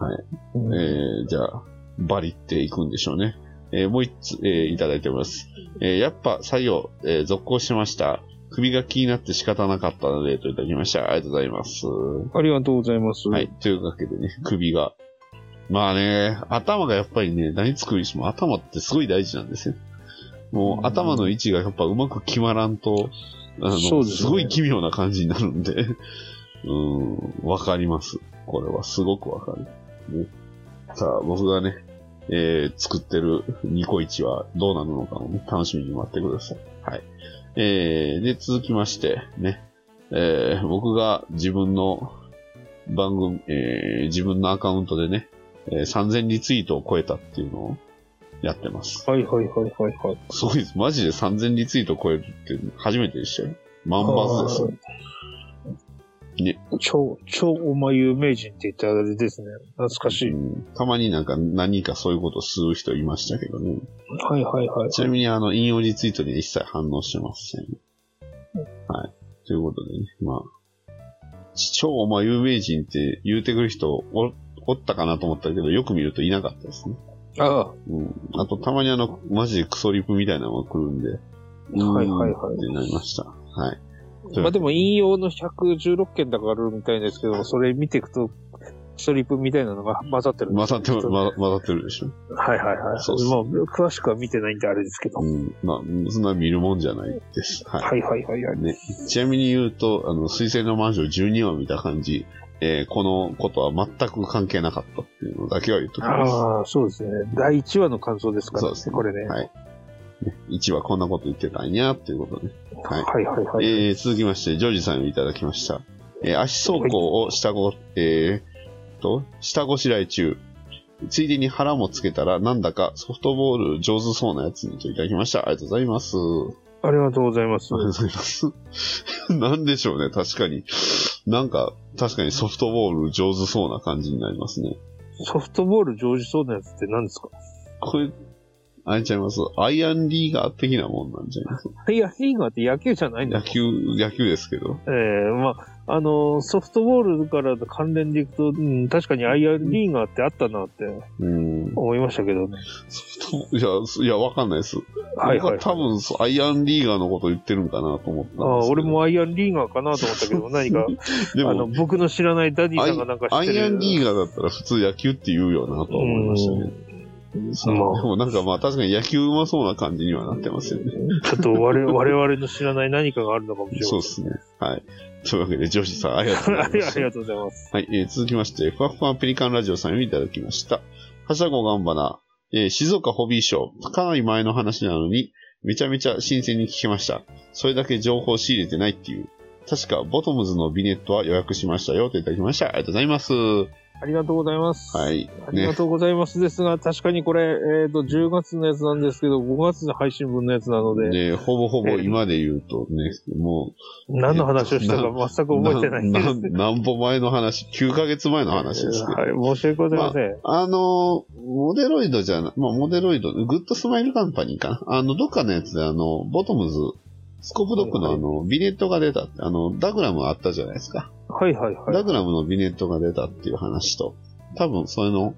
Speaker 3: えー
Speaker 2: えー、じゃあ、バリっていくんでしょうね。えーもう一つ、えーいただいております。えーやっぱ、作業、えー続行しました。首が気になって仕方なかったので、といただきました。ありがとうございます。は
Speaker 3: ありがとうございます。
Speaker 2: い。というわけ でね、首が。まあね、頭がやっぱりね、何作るにしても頭ってすごい大事なんですよ。も
Speaker 3: うん
Speaker 2: う頭の位置がやっぱうまく決まらんと、あの、
Speaker 3: そうですすね
Speaker 2: ごい奇妙な感じになるんで、 うん、わかります。これはすごくわかる。ねさあ、僕がね、えー作ってるニコイチはどうなるのかもね、楽しみに待ってください。はい。えー、で、続きまして、ね、えー僕が自分の番組、えー自分のアカウントでね、えー3000リツイートを超えたっていうのをやってます。
Speaker 3: はいはいはいはいはい。
Speaker 2: すごいです。マジで3000リツイート超えるって初めてでしたよ。万抜ですよ。ね
Speaker 3: あー超、超お前有名人って言ったらあれですね。懐かしい。
Speaker 2: うんたまになんか何かそういうことする人いましたけどね。
Speaker 3: はいはいはい。
Speaker 2: ちなみにあの、引用リツイートには一切反応してません。はい。ということでね、まあ、超お前有名人って言うてくる人お、おったかなと思ったけど、よく見るといなかったですね。
Speaker 3: ああ、
Speaker 2: うん。あと、たまにあの、マジでクソリプみたいなのが来るんで、
Speaker 3: はいはいはい
Speaker 2: うんってなりました。はい。そう
Speaker 3: まあでも引用の116件だからあるみたいですけど、それ見ていくと、ストリップみたいなのが混ざってるんで
Speaker 2: 混
Speaker 3: す
Speaker 2: ざ
Speaker 3: よ
Speaker 2: ってる、ま混ざってるでしょ。
Speaker 3: はいはいはい。
Speaker 2: そう
Speaker 3: まあ、詳しくは見てないんであれですけど。
Speaker 2: うん。まあ、そんな見るもんじゃないです。はい。
Speaker 3: はいはいはいはい。
Speaker 2: ね、ちなみに言うと、あの、水星の魔女12話見た感じ、えーこのことは全く関係なかったっていうのだけは言っときます。は
Speaker 3: ああ、そうですね。第1話の感想ですから
Speaker 2: そう
Speaker 3: ね、
Speaker 2: ですね
Speaker 3: これね。
Speaker 2: い。ね1話こんなこと言ってたんやっていうことね。はい
Speaker 3: はいはいはい。
Speaker 2: えー続きまして、ジョージさんをいただきました。えー足走行を下ご、えーと、下ごしらえ中。ついでに腹もつけたら、なんだかソフトボール上手そうなやつにといただきました。ありがとうございます。
Speaker 3: ありがとうございます
Speaker 2: あ。りがとうございます。 なんでしょうね、確かに。なんか、確かにソフトボール上手そうな感じになりますね。
Speaker 3: ソフトボール上手そうなやつって何ですか
Speaker 2: これ、あれちゃいます。アイアンリーガー的なもんなんじゃいます。
Speaker 3: いや、リーガーって野球じゃないんだ
Speaker 2: 野球、野球ですけど。
Speaker 3: ええまあ、あのソフトボールからの関連でいくと、うん、確かに IR リーガーってあったなって
Speaker 2: うん。
Speaker 3: 思いましたけどね。
Speaker 2: いや、すいや、わかんないです。
Speaker 3: はいはい、
Speaker 2: 僕多分そう、アイアンリーガーのこと言ってるんかなと思ったんですけ
Speaker 3: あ
Speaker 2: ど。
Speaker 3: あ俺もアイアンリーガーかなと思ったけ ど、何か、
Speaker 2: で
Speaker 3: あ
Speaker 2: も
Speaker 3: の、、僕の知らないダディさんがなんか知
Speaker 2: ア
Speaker 3: ってる。
Speaker 2: イアンリ
Speaker 3: ー
Speaker 2: ーガーだったら普通野球って言うよなとは思いましたね。そうで
Speaker 3: まあ
Speaker 2: もなんかまあ確かに野球うまそうな感じにはなってますよね。
Speaker 3: ちょっと我々我々の知らない何かがあるのかもしれない。
Speaker 2: そうですね。はい。というわけで、女子さん、ありがとうござ
Speaker 3: あ
Speaker 2: い
Speaker 3: り
Speaker 2: ま
Speaker 3: あ
Speaker 2: す
Speaker 3: り。がとうございます。
Speaker 2: はい、えー続きまして、ふわふわペリカンラジオさんよりいただきました。はしゃごがんばな、えー静岡ホビーショー、かなり前の話なのに、めちゃめちゃ新鮮に聞けました。それだけ情報を仕入れてないっていう。確か、ボトムズのビネットは予約しましたよ、といただきました。ありがとうございます。は
Speaker 3: ありがとうございます。
Speaker 2: い。
Speaker 3: あり
Speaker 2: ね
Speaker 3: が。とうございますですが、確かにこれ、えっ、と、10月のやつなんですけど、5月の配信分のやつなので、
Speaker 2: ね、ほぼほぼ今で言うとね、も
Speaker 3: 何の話をしたか全
Speaker 2: う、
Speaker 3: く覚えてないんで
Speaker 2: な
Speaker 3: す。
Speaker 2: んなんぼ前の話、9ヶ月前の話ですけど。
Speaker 3: はい、申し訳ございません。
Speaker 2: あの、モデロイドじゃな、まあ、モデロイド、グッドスマイルカンパニーかな。あの、どっかのやつで、あの、ボトムズ、スコープドッグの
Speaker 3: は
Speaker 2: あ
Speaker 3: い
Speaker 2: の、ビネットが出たって、あの、ダグラムあったじゃないですか。
Speaker 3: はいはいは
Speaker 2: ダ
Speaker 3: い。
Speaker 2: グラムのビネットが出たっていう話と、多分、それの、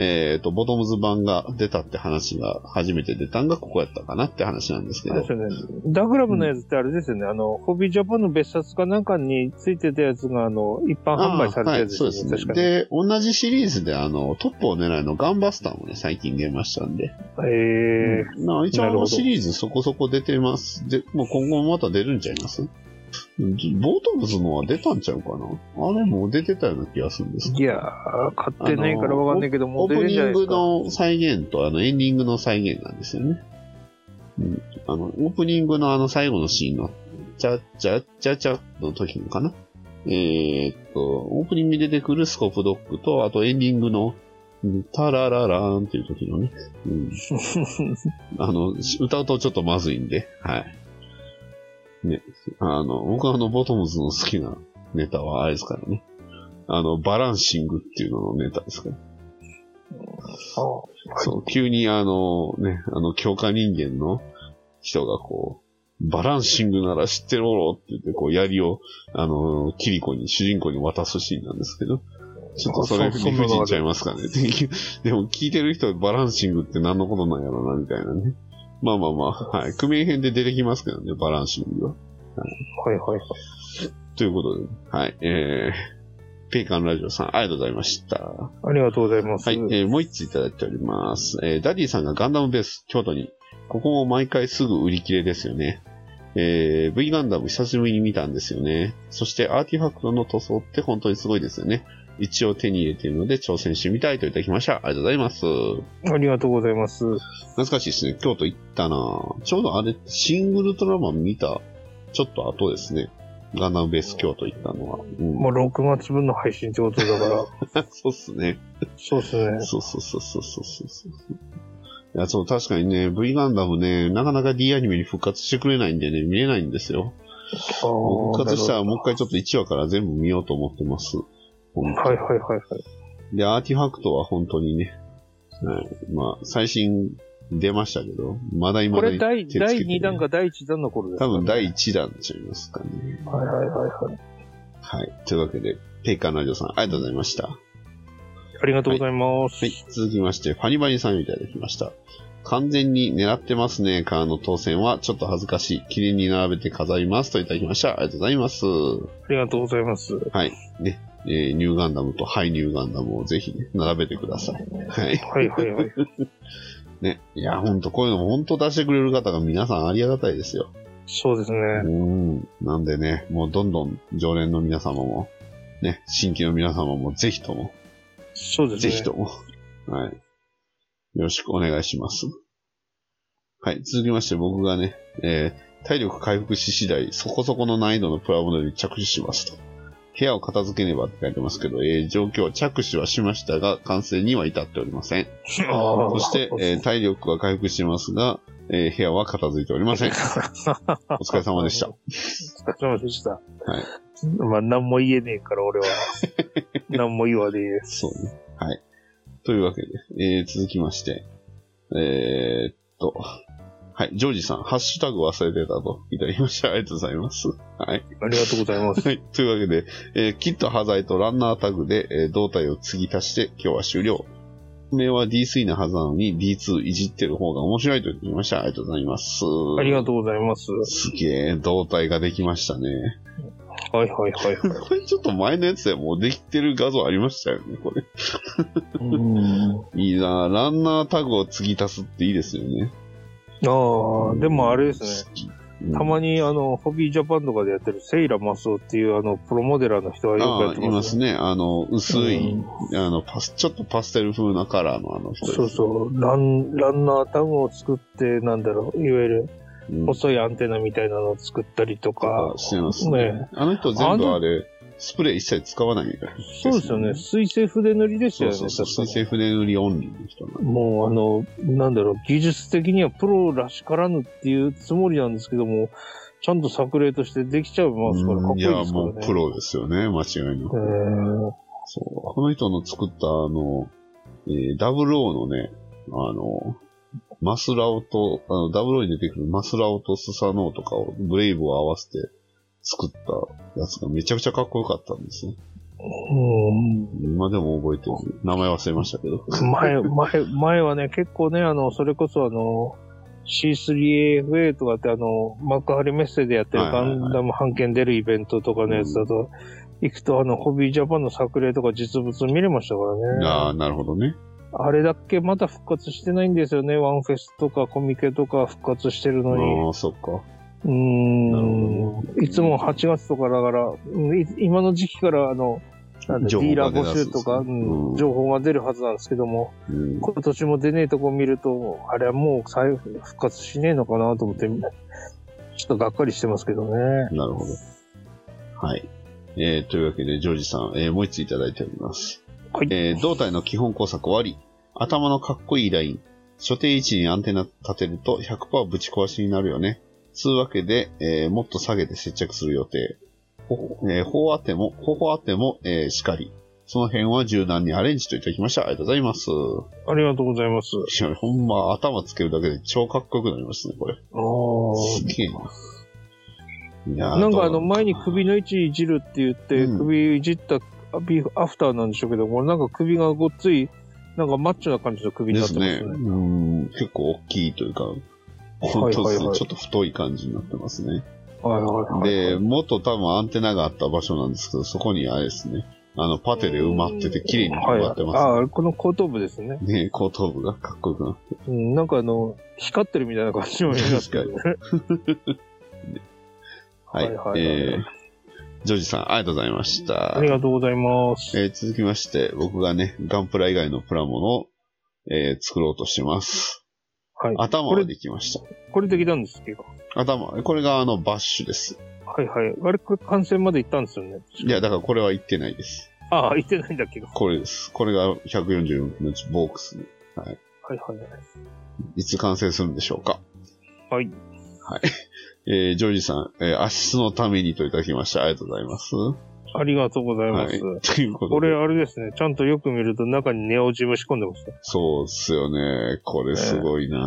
Speaker 2: えっ、と、ボトムズ版が出たって話が、初めて出たんがここやったかなって話なんですけど
Speaker 3: 確。かにダグラムのやつってあれですよね、あの、ホビージャパンの別冊かなんかについてたやつが、あの、一般販売された
Speaker 2: あーは
Speaker 3: や
Speaker 2: い、
Speaker 3: つ
Speaker 2: そう
Speaker 3: で
Speaker 2: ですす
Speaker 3: ね。
Speaker 2: ね。
Speaker 3: 確かに。
Speaker 2: で、同じシリーズで、あの、トップを狙いのガンバスターもね、最近出ましたんで。
Speaker 3: え
Speaker 2: うんまあ一応あ
Speaker 3: なる
Speaker 2: の
Speaker 3: ほど
Speaker 2: シリーズそこそこ出てます。で、もう今後もまた出るんちゃいますうんボートムズのは出たんちゃうかなあれもう出てたような気がするんです
Speaker 3: ー、いやー、買ってないからわかんないけど、も
Speaker 2: オ
Speaker 3: う出
Speaker 2: ープ
Speaker 3: るん
Speaker 2: ニ
Speaker 3: じゃな
Speaker 2: ン
Speaker 3: いで
Speaker 2: グ
Speaker 3: すか。
Speaker 2: の再現とあのエンディングの再現なんですよね。うん、あのオープニングのあの最後のシーンの、チャッチャッチャッチャッの時のかな。えーっと、オープニングに出てくるスコープドッグと、あとエンディングの、うんタラララーンっていう時のね、うん、 あの、し歌うとちょっとまずいんで、はい。ね、あの、僕はあの、ボトムズの好きなネタはあれですからね。あの、バランシングっていうののネタですから。そう、急にあの、ね、あの、強化人間の人がこう、バランシングなら知ってろろって言って、こう、槍を、あの、キリコに、主人公に渡すシーンなんですけど、ちょっとそれ
Speaker 3: あそそん
Speaker 2: 理
Speaker 3: なの
Speaker 2: 不
Speaker 3: が
Speaker 2: 尽ちゃいますかね。 でも聞いてる人、バランシングって何のことなんやろな、みたいなね。まあまあまあ、はい。組名編で出てきますけどね、バランシングは。
Speaker 3: はいはいはい。
Speaker 2: ということで、はい。えー、ペイカンラジオさん、ありがとうございました。
Speaker 3: ありがとうございます。
Speaker 2: はい、えーもう一ついただいております。えーダディさんがガンダムベース、京都に。ここも毎回すぐ売り切れですよね。えー V ガンダム久しぶりに見たんですよね。そしてアーティファクトの塗装って本当にすごいですよね。一応手に入れているので挑戦してみたいといただきました。ありがとうございます。
Speaker 3: ありがとうございます。
Speaker 2: 懐かしいですね。京都行ったなぁちょうどあれ、シングルトラマン見た、ちょっと後ですね。ガンダムベース京都行ったのは。うん
Speaker 3: もう6月分の配信ってことだ から、
Speaker 2: そうっすね。
Speaker 3: そうですね。
Speaker 2: そうそうそうそうそうそうそう。いや、そう、確かにね、V ガンダムね、なかなか D アニメに復活してくれないんでね、見れないんですよ。
Speaker 3: あー
Speaker 2: 復活したらもう一回ちょっと1話から全部見ようと思ってます。本当
Speaker 3: はいはいはいはい。
Speaker 2: で、アーティファクトは本当にね、はい、まあ、最新出ましたけど、まだ今
Speaker 3: こ
Speaker 2: だ
Speaker 3: れ
Speaker 2: に
Speaker 3: 第
Speaker 2: 手つけてね
Speaker 3: 第2弾か第1弾の頃ですか
Speaker 2: 多
Speaker 3: ね、
Speaker 2: 分第1弾ちゃいますかね。
Speaker 3: はいはいはいはい。
Speaker 2: はい。というわけで、ペイカーナジョさん、ありがとうございました。
Speaker 3: ありがとうございます。
Speaker 2: はい、続きまして、ファニバニさんみたいできました。完全に狙ってますね、からの当選は、ちょっと恥ずかしい。綺麗に並べて飾ります。といただきました。ありがとうございます。は
Speaker 3: ありがとうございます。
Speaker 2: い。ね。えーニューガンダムとハイニューガンダムをぜひ、ね、並べてください。はい。
Speaker 3: はいはいはい。
Speaker 2: ね。いや、ほんと、こういうのもほんと出してくれる方が皆さんありがたいですよ。
Speaker 3: そうですね。
Speaker 2: うん。なんでね、もうどんどん常連の皆様も、ね、新規の皆様もぜひとも、
Speaker 3: そうです
Speaker 2: ぜ
Speaker 3: ね。
Speaker 2: ひとも。はい。よろしくお願いします。はい。続きまして、僕がね、えー体力回復し次第、そこそこの難易度のプラモデルに着手しますと。部屋を片付けねばって書いてますけど、えー状況は着手はしましたが、完成には至っておりません。
Speaker 3: ああ
Speaker 2: そして、えー体力は回復してますが、えー部屋は片付いておりま せん。お疲れ様でした。
Speaker 3: お疲れ様でした。はいい。まあ、何も言えねえか ら、俺は。何も言わねえ。
Speaker 2: そうね。はい。というわけで、えー、続きまして、えー、っと、はい、ジョージさん、ハッシュタグ忘れてたといただきました。ありがとうございます。はい。
Speaker 3: ありがとうございます。
Speaker 2: はい。というわけで、えー、キット端材とランナータグで、えー胴体を継ぎ足して、今日は終了。名は D3 なはずなのに D2 いじってる方が面白いと言ってきました。ありがとうございます。
Speaker 3: ありが
Speaker 2: と
Speaker 3: とうございます。
Speaker 2: う。すげえ、胴体ができましたね。
Speaker 3: はいはいはいはい。
Speaker 2: これちょっと前のやつでもうできてる画像ありましたよね、これ。
Speaker 3: うん
Speaker 2: いいなぁランナータグを継ぎ足すっていいですよね。
Speaker 3: ああ、でもあれですね。
Speaker 2: ね
Speaker 3: たまに、あの、ホビージャパンとかでやってるセイラマスオっていう、あの、プロモデラーの人はよくや
Speaker 2: あ
Speaker 3: っ
Speaker 2: あ、
Speaker 3: て
Speaker 2: いま
Speaker 3: ますす、
Speaker 2: ね。あの、薄い、
Speaker 3: うん
Speaker 2: あの、パス、ちょっとパステル風なカラーのあの人
Speaker 3: そうそう。ラン、ランナータグを作って、なんだろう、いわゆる、
Speaker 2: う。うん、
Speaker 3: 細いアンテナみたいなのを作ったりとか
Speaker 2: あ、してますね。
Speaker 3: ね
Speaker 2: あの人全
Speaker 3: あ
Speaker 2: 部
Speaker 3: の
Speaker 2: あれ、スプレー一切使わないみたいな。
Speaker 3: そうですよね。水性筆塗りです
Speaker 2: そ
Speaker 3: よ
Speaker 2: う
Speaker 3: ね。
Speaker 2: そうそう。
Speaker 3: 確か
Speaker 2: 水
Speaker 3: に
Speaker 2: 性筆塗りオンリーの人なんで
Speaker 3: もうあの、なんだろう、技術的にはプロらしからぬっていうつもりなんですけども、ちゃんと作例としてできちゃいますから、かっこ
Speaker 2: うん
Speaker 3: いい
Speaker 2: い
Speaker 3: で
Speaker 2: や、
Speaker 3: すから
Speaker 2: も
Speaker 3: ね。
Speaker 2: うプロですよね、間違いなく。そう。この人の作った、あの、えー、ダブルオーのね、あの、マスラオと、あの、ダブルオーに出てくるマスラオとスサノオとかを、ブレイブを合わせて作ったやつがめちゃくちゃかっこよかったんですね。
Speaker 3: えー
Speaker 2: 今でも覚えてる。名前忘れましたけど。
Speaker 3: う ん、前、前、前はね、結構ね、あの、それこそあの、C3AFA とかってあの、幕張メッセでやってる
Speaker 2: はい
Speaker 3: ガ
Speaker 2: はいはい
Speaker 3: ンダム半券出るイベントとかのやつだと、行くとあの、ホビージャパンの作例とか実物見れましたからね。
Speaker 2: ああ、なるほどね。
Speaker 3: あれだけまだ復活してないんですよね。ワンフェスとかコミケとか復活してるのに。
Speaker 2: ああ、そっか。
Speaker 3: うー
Speaker 2: なる
Speaker 3: ん。いつも8月とかだから、うんい今の時期からあの、なんだデ
Speaker 2: 情
Speaker 3: ィ
Speaker 2: 報
Speaker 3: ーラ
Speaker 2: が
Speaker 3: ー
Speaker 2: 出だ
Speaker 3: 募
Speaker 2: すんですね
Speaker 3: 集とか、うん
Speaker 2: うん
Speaker 3: 情報が出るはずなんですけども、
Speaker 2: うん。
Speaker 3: 今年も出ねえとこ見ると、あれはもう再復活しねえのかなと思って、ちょっとがっかりしてますけどね。
Speaker 2: なるほど。はい。えー、というわけで、ジョージさん、えーもう一ついただいております。
Speaker 3: はい
Speaker 2: えー、胴体の基本工作終わり。頭のかっこいいライン。所定位置にアンテナ立てると100%ぶち壊しになるよね。つうわけで、えーもっと下げて接着する予定。ほ、えー、頬当ても、頬当ても、えーしかり。その辺は柔軟にアレンジといただきました。ありがとうございます。
Speaker 3: ありがとうございます。
Speaker 2: いや、ほんま頭つけるだけで超かっこよくなりますね、これ。すげえな。いやー
Speaker 3: なんかあ
Speaker 2: ど
Speaker 3: の
Speaker 2: う
Speaker 3: 前に首の位置いじるって言って、
Speaker 2: うん
Speaker 3: 首いじったビアフターなんでしょうけども、なんか首がごっつい、なんかマッチョな感じの首
Speaker 2: で
Speaker 3: になって
Speaker 2: す
Speaker 3: ますね。
Speaker 2: ね。うん、結構大きいというか、本当です
Speaker 3: はいはい
Speaker 2: ね。
Speaker 3: はい
Speaker 2: ちょっと太い感じになってますね。
Speaker 3: はいはいはい。
Speaker 2: で、元多分アンテナがあった場所なんですけど、そこにあれですね、あの、パテで埋まってて、綺麗に埋まって
Speaker 3: はい
Speaker 2: ま
Speaker 3: ああ、この後頭部ですね
Speaker 2: す。。ね後頭部がかっこよくなって。
Speaker 3: うん、なんかあの、光ってるみたいな感じも見えますけどね。
Speaker 2: はい。
Speaker 3: はいはいはい
Speaker 2: えー、ジョージさん、ありがとうございました。
Speaker 3: ありがとうございます。
Speaker 2: えー続きまして、僕がね、ガンプラ以外のプラモのを、えー作ろうとしてます。
Speaker 3: はい。
Speaker 2: 頭
Speaker 3: こ
Speaker 2: は
Speaker 3: れ
Speaker 2: できました。
Speaker 3: これできたんですけど。
Speaker 2: 頭、これがあの、バッシュです。
Speaker 3: はいはい。あれ、これ完成まで行ったんですよね。
Speaker 2: いや、だからこれは言ってないです。
Speaker 3: ああ、行ってないんだけど。
Speaker 2: これです。これが144のボークス。
Speaker 3: はいはいはい。
Speaker 2: いつ完成するんでしょうか。
Speaker 3: はい。
Speaker 2: えージョージさん、えー、足のためにといただきまして、ありがとうございます。
Speaker 3: ありがとうございます。
Speaker 2: はい。ということ
Speaker 3: こ
Speaker 2: で
Speaker 3: れ、あれですね。ちゃんとよく見ると中にネオジム仕込んでますね
Speaker 2: そうっすよね。これすごいな、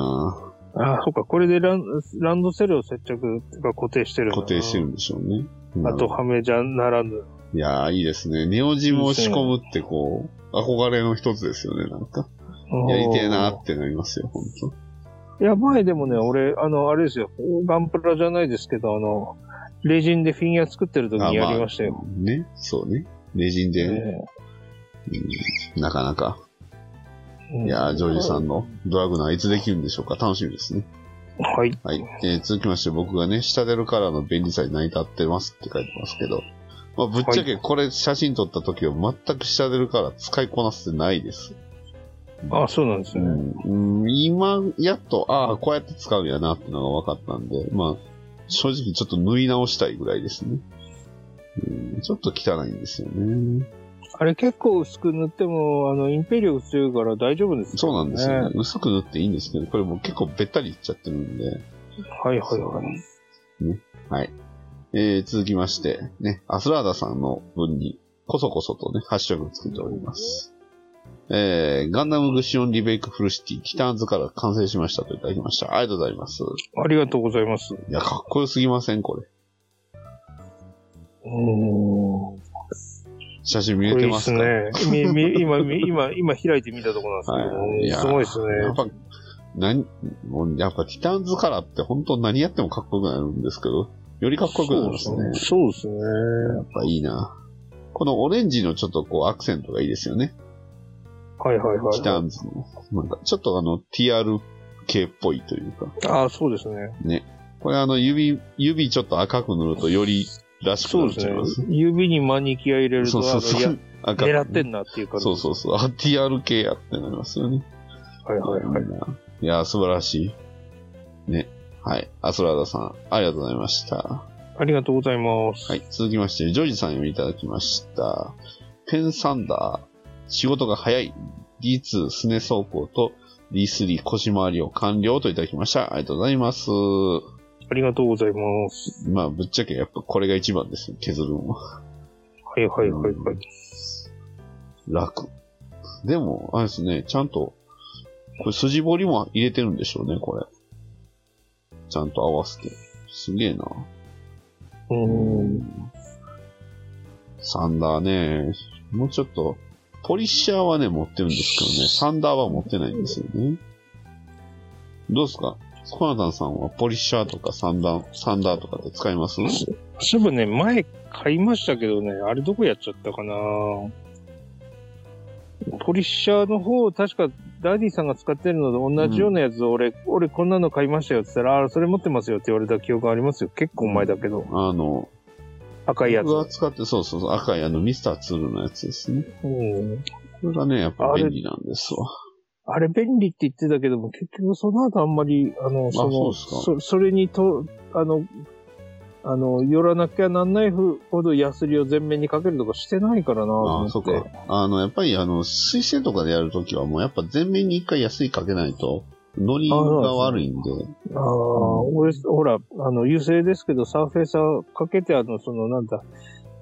Speaker 3: ああ、そっか、これでランランドセルを接着が固定してるんだな
Speaker 2: 固定してるんでしょうね。
Speaker 3: あと、はめじゃならぬ、
Speaker 2: いやー、いいですね。ネオジムを仕込むってこう、憧れの一つですよね、なんか。やりてえなーってなりますよ、ほんと。
Speaker 3: いや、前でもね、俺、あの、あれですよ、ガンプラじゃないですけど、あの、レジンでフィギュア作ってる時にやりましたよ。
Speaker 2: ね、そうね。レジンでね、
Speaker 3: ね
Speaker 2: うんなかなか。いやー、ジョージさんのドラグナーいつできるんでしょうか楽しみですね。
Speaker 3: はい。
Speaker 2: はい。えー続きまして僕がね、下出るカラーの便利さに成り立ってますって書いてますけど、まあ、ぶっちゃけこれ写真撮った時は全く下出るカラー使いこなせてないです。
Speaker 3: あ、そうなんですね。
Speaker 2: うん、今、やっと、ああ、こうやって使うんやなってのが分かったんで、まあ、正直ちょっと縫い直したいぐらいですね。うん、ちょっと汚いんですよね。
Speaker 3: あれ結構薄く塗っても、あの、インペリオ強いから大丈夫です
Speaker 2: そうなんですよね。
Speaker 3: ね
Speaker 2: 薄く塗っていいんですけど、これもう結構べったりいっちゃってるんで。
Speaker 3: はいはいはい。
Speaker 2: えー、続きまして、ね、アスラーダさんの文に、こそこそとね、ハッシュタグをつけております。えー、ガンダムグシオンリベイクフルシティ、ティターンズから完成しましたといただきました。ありがとうございます。い
Speaker 3: ありがとうございます。
Speaker 2: や、かっこよすぎませんこれ。
Speaker 3: うーん。
Speaker 2: 写真見え
Speaker 3: こ
Speaker 2: て
Speaker 3: れいい
Speaker 2: ま
Speaker 3: っ
Speaker 2: す
Speaker 3: す
Speaker 2: か
Speaker 3: ね。みみ今、み今、今開いてみたところなん
Speaker 2: はいい
Speaker 3: です
Speaker 2: や
Speaker 3: けど、すごいですね。
Speaker 2: やっぱ、何、もうやっぱティターンズカラーって本当何やってもかっこよくなるんですけど、よりかっこよくなりますね。
Speaker 3: そうですね。
Speaker 2: やっぱいいな。このオレンジのちょっとこうアクセントがいいですよね。
Speaker 3: はいはいは
Speaker 2: ティターンズの。なんかちょっとあの TR 系っぽいというか。
Speaker 3: い。あそうですね。
Speaker 2: これあの指、指ちょっと赤く塗るとよりらしく
Speaker 3: そ
Speaker 2: な
Speaker 3: う
Speaker 2: っ
Speaker 3: です
Speaker 2: ちゃい
Speaker 3: ね
Speaker 2: ます。。
Speaker 3: 指にマニキュア入れると、
Speaker 2: そうそうそ
Speaker 3: あ
Speaker 2: う。赤く
Speaker 3: のいや狙ってんなっていう感じ。
Speaker 2: そうそうそう。あ TR 系やってなりますよね。
Speaker 3: はいはいはい。
Speaker 2: いやー、素晴らしい。ね。はい。アスラーダさん、ありがとうございました。
Speaker 3: ありがとうございます。
Speaker 2: はい。続きまして、ジョージさんよりいただきました。ペンサンダー、仕事が早い、D2 スネ走行と D3 腰回りを完了といただきました。ありがとうございます。
Speaker 3: ありがとうございます。
Speaker 2: まあ、ぶっちゃけやっぱこれが一番ですね、削るのは。
Speaker 3: はいはいはいはい。
Speaker 2: 楽。でも、あれですね、ちゃんと、これ筋彫りも入れてるんでしょうね、これ。ちゃんと合わせて。すげえな。
Speaker 3: うーん。
Speaker 2: サンダーね、もうちょっと、ポリッシャーはね、持ってるんですけどね、サンダーは持ってないんですよね。どうですかスコナタンさんはポリッシャーとかサンダー、サンダーとかって使います
Speaker 3: そういえばね、前買いましたけどね、あれどこやっちゃったかなポリッシャーの方、確かダディさんが使ってるのと同じようなやつを俺、俺こんなの買いましたよって言ったら、あそれ持ってますよって言われた記憶ありますよ。結構前だけど、
Speaker 2: あの、
Speaker 3: 赤いやつ
Speaker 2: 僕。が使って、そうそうそう、赤いあの、ミスターツールのやつですね。
Speaker 3: うん、
Speaker 2: これがね、やっぱ便利なんですわ。
Speaker 3: あれ便利って言ってたけども、結局その後あんまり、あの、そ
Speaker 2: そ
Speaker 3: の、
Speaker 2: うですか
Speaker 3: そそれにと、あの、あの、寄らなきゃなんないほどヤスリを全面にかけるとかしてないからなと
Speaker 2: あ
Speaker 3: 思
Speaker 2: あ、
Speaker 3: って。
Speaker 2: そっか。あの、やっぱりあの、水性とかでやるときはもうやっぱ全面に一回安いかけないと、ノリが悪いんで、
Speaker 3: ああ、俺、ほら、あの、油性ですけど、サーフェイサーかけて、あの、その、なんだ、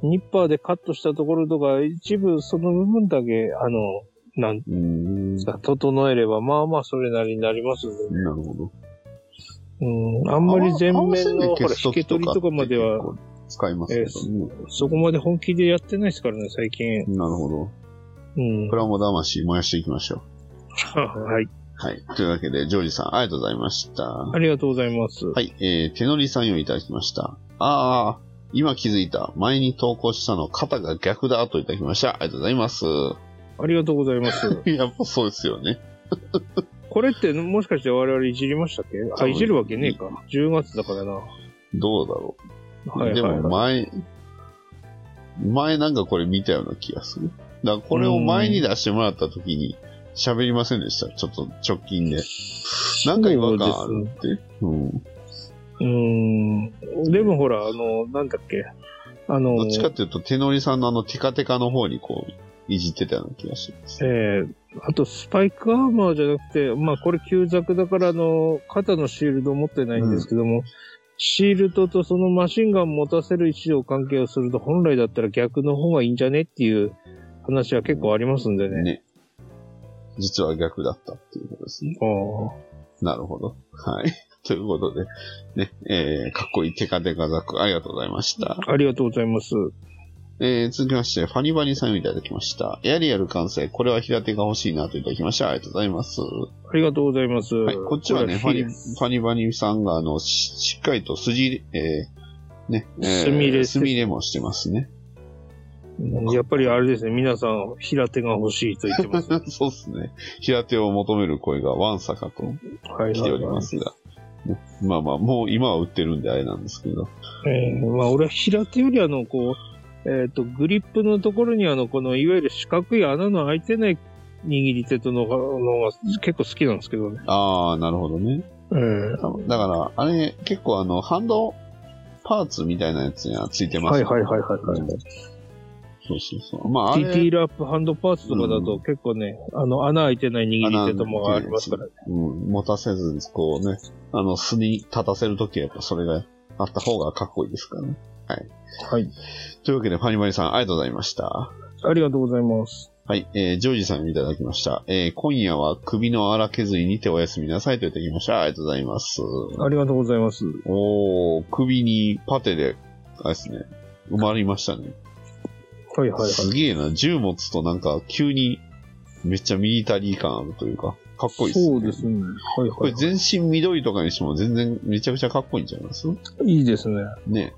Speaker 3: ニッパーでカットしたところとか、一部その部分だけ、あの、なん
Speaker 2: うーん、
Speaker 3: です
Speaker 2: な
Speaker 3: か、整えれば、まあまあ、それなりになりますんでね。
Speaker 2: るほど。
Speaker 3: うん、あんまり全面の、ほら、引け取りとかまでは、。
Speaker 2: 使いますけどね。
Speaker 3: そこまで本気でやってないですからね、最近。
Speaker 2: なるほど。
Speaker 3: うん。
Speaker 2: プ
Speaker 3: は
Speaker 2: ラモ魂燃やしていきましょ
Speaker 3: い。
Speaker 2: う。はい。というわけで、ジョージさん、ありがとうございました。は
Speaker 3: ありがとうございます。
Speaker 2: い。えー、手乗りさんよりいただきました。ああ、今気づいた。前に投稿したの、肩が逆だといただきました。ありがとうございます。
Speaker 3: ありがとうございます。
Speaker 2: やっぱそうですよね。
Speaker 3: これって、もしかして我々いじりましたっけ
Speaker 2: 多
Speaker 3: あ、
Speaker 2: 分
Speaker 3: いじるわけねえか。10月だからな。は
Speaker 2: どうだろう。
Speaker 3: いはい、はい。
Speaker 2: でも前、前なんかこれ見たような気がする。だからこれを前に出してもらった時に喋りませんでした。ちょっと直近で。なんか違和感あるって。うん。
Speaker 3: うーん。でもほら、あの、なんだっけ。あの、
Speaker 2: どっちかっていうと、手乗りさんのあの、テカテカの方にこう、いじってたような気がします。
Speaker 3: えーあとスパイクアーマーじゃなくて、まあこれ旧作だから、あの、肩のシールド持ってないんですけども、シールドとそのマシンガン持たせる一応関係をすると、本来だったら逆の方がいいんじゃねっていう話は結構ありますんでね。
Speaker 2: ね。実は逆だったっていうことですね。
Speaker 3: あー
Speaker 2: なるほど。はい。 ということで、ね、えー、かっこいいテカテカザク、ありがとうございました。
Speaker 3: ありがとうございます。
Speaker 2: えー、続きまして、ファニバニさんよりいただきました。エアリアル完成。これは平手が欲しいなといただきました。ありがとうございます。は
Speaker 3: ありがとうございます。
Speaker 2: い、こっちはね、フ
Speaker 3: こ
Speaker 2: ァ
Speaker 3: れ
Speaker 2: ニ
Speaker 3: は火です
Speaker 2: ファニバニさんが、あの、ししっかりと筋、えー、ね、えー
Speaker 3: すみれ
Speaker 2: すみれもしてますね。
Speaker 3: うんやっぱりあれですね、皆さん、平手が欲しいと言ってます。 は
Speaker 2: そうですね。平手を求める声がわんさかと
Speaker 3: いはいはい
Speaker 2: 来ておりますが。ねまあまあ、もう今は売ってるんであれなんですけど。
Speaker 3: えーまあ、俺は平手よりあの、こう、えっ、と、グリップのところにあの、この、いわゆる四角い穴の開いてない握り手とのが、のが結構好きなんですけどね。
Speaker 2: ああ、なるほどね。
Speaker 3: えー
Speaker 2: だから、あれ、結構あの、ハンドパーツみたいなやつにはついてます
Speaker 3: はい
Speaker 2: ね、
Speaker 3: はいはいはい、はい
Speaker 2: そうそうそう。まあ、あ
Speaker 3: ディティ
Speaker 2: れ、
Speaker 3: ールアップハンドパーツとかだと結構ね、あの、穴開いてない握り手ともがありますからね。
Speaker 2: うん、持たせず、こうね、あの、素に立たせるときはやっぱそれがあった方がかっこいいですからね。
Speaker 3: はい。
Speaker 2: というわけで、ファニマリさん、ありがとうございました。
Speaker 3: ありがとうございます。
Speaker 2: はい、えー、ジョージさんにいただきました。えー、今夜は首の荒削りにておやすみなさいといただきました。ありがとうございます。
Speaker 3: ありがとうございます。
Speaker 2: おー、首にパテで、あれですね、埋まりましたね。
Speaker 3: はいはいはい。
Speaker 2: すげえな、銃持つとなんか急にめっちゃミリタリー感あるというか、かっこいいですね。
Speaker 3: そうですね。はい
Speaker 2: こ
Speaker 3: はい、
Speaker 2: れ全身緑とかにしても全然めちゃくちゃかっこいいんちゃいます
Speaker 3: い。いいですね。
Speaker 2: ね。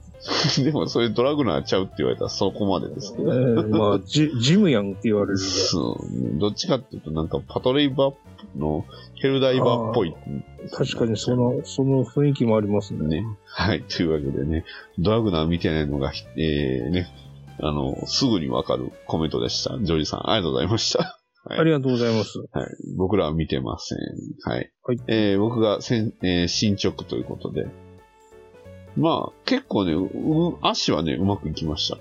Speaker 2: でもそれドラグナーちゃうって言われたらそこまでです
Speaker 3: え
Speaker 2: けど。
Speaker 3: ー、まあ、ジジムやんって言 われるぐらい。
Speaker 2: そうどっちかっていうとなんかパトレイバーのヘルダイバーっぽい。
Speaker 3: 確かにその、その雰囲気もありますね。
Speaker 2: ね。はい。というわけでね、ドラグナー見てないのが、えー、ね、あの、すぐにわかるコメントでした。ジョージさん、ありがとうございました。
Speaker 3: ありがとうございます。
Speaker 2: はい。僕らは見てません。はい。
Speaker 3: はい
Speaker 2: えー僕がせん、えー進捗ということで。まあ、結構ね、うう足はね、うまくいきました。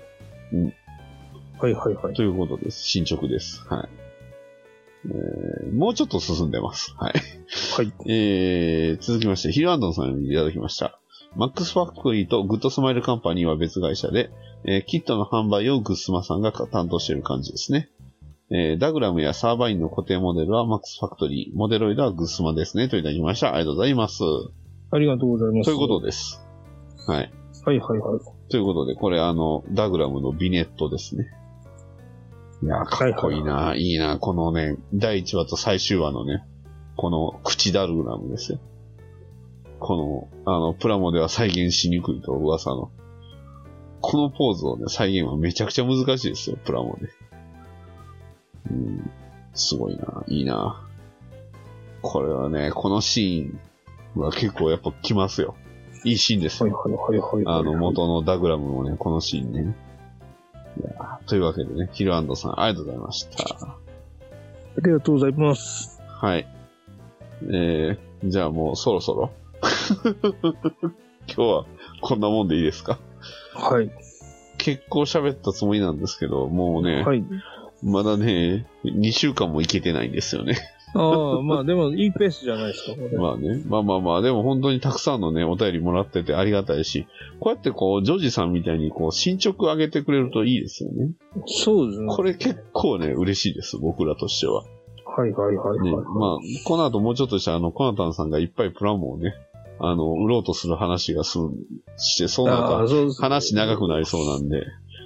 Speaker 3: はいはいはい。
Speaker 2: ということです。進捗です。はい。えーもうちょっと進んでます。はい。
Speaker 3: はい。
Speaker 2: えー続きまして、ヒルアンドンさんにいただきました。マックスファクトリーとグッドスマイルカンパニーは別会社で、えーキットの販売をグッスマさんが担当している感じですね。えーダグラムやサーバインの固定モデルはマックスファクトリー、モデロイドはグッスマですね。といただきました。ありがとうございます。と
Speaker 3: ありがとうございます。
Speaker 2: いうことです。はい。
Speaker 3: はいはいはい。
Speaker 2: ということで、これあの、ダグラムのビネットですね。いやー、かっこいいな、い、いなこのね、第1話と最終話のね、この口ダグラムですよ。この、あの、プラモでは再現しにくいと噂の。このポーズをね、再現はめちゃくちゃ難しいですよ、プラモで。うん、すごいな、いいな。これはね、このシーンは結構やっぱ来ますよ。いいシーンです
Speaker 3: は
Speaker 2: よ
Speaker 3: い。はいはいはいはい。
Speaker 2: あ の、元のダグラムもね、このシーンね。いやーというわけでね、ヒルアンドさん、ありがとうございました。
Speaker 3: ありがとうございます。
Speaker 2: はい。えー、じゃあもうそろそろ。 今日はこんなもんでいいですか
Speaker 3: はい。
Speaker 2: 結構喋ったつもりなんですけど、もうね、
Speaker 3: はい。
Speaker 2: まだね、2週間もいけてないんですよね。
Speaker 3: ああ、まあでもいいペースじゃないですか、こ れ。
Speaker 2: まあね、まあまあまあ、でも本当にたくさんのね、お便りもらっててありがたいし、こうやってこう、ジョージさんみたいにこう、進捗上げてくれるといいですよね。
Speaker 3: そうですね。
Speaker 2: これ結構ね、嬉しいです、僕らとしては。
Speaker 3: はいはいはいはい。
Speaker 2: ね、まあ、この後もうちょっとしたらあの、コナタンさんがいっぱいプラモをね、あの、売ろうとする話がする、して、そうなる
Speaker 3: ああ、
Speaker 2: と
Speaker 3: そうですね
Speaker 2: 話長くなりそうなんで、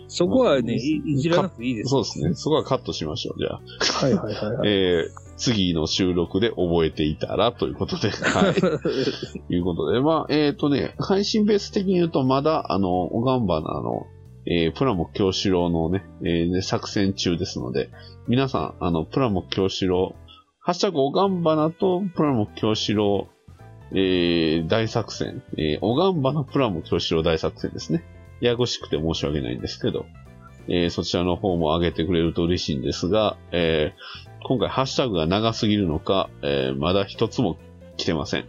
Speaker 3: そこはね、いいじらなくていいです。
Speaker 2: そうですね、そこはカットしましょう、じゃあ。
Speaker 3: はいはいはい はい。
Speaker 2: えー、次の収録で覚えていたらという ことで、はい。いうことで、まあ、えっ、とね、配信ベース的に言うと、まだ、あの、オガンバナの、えー、プラモ教師郎のね、えーね作戦中ですので、皆さん、あの、プラモ教師郎、ハッシュタグオガンバナとプラモ教師郎、えー、大作戦、えー、オガンバナプラモ教師郎大作戦ですね。ややこしくて申し訳ないんですけど、えー、そちらの方も上げてくれると嬉しいんですが、えー、今回ハッシュタグが長すぎるのか、えーまだ一つも来てません。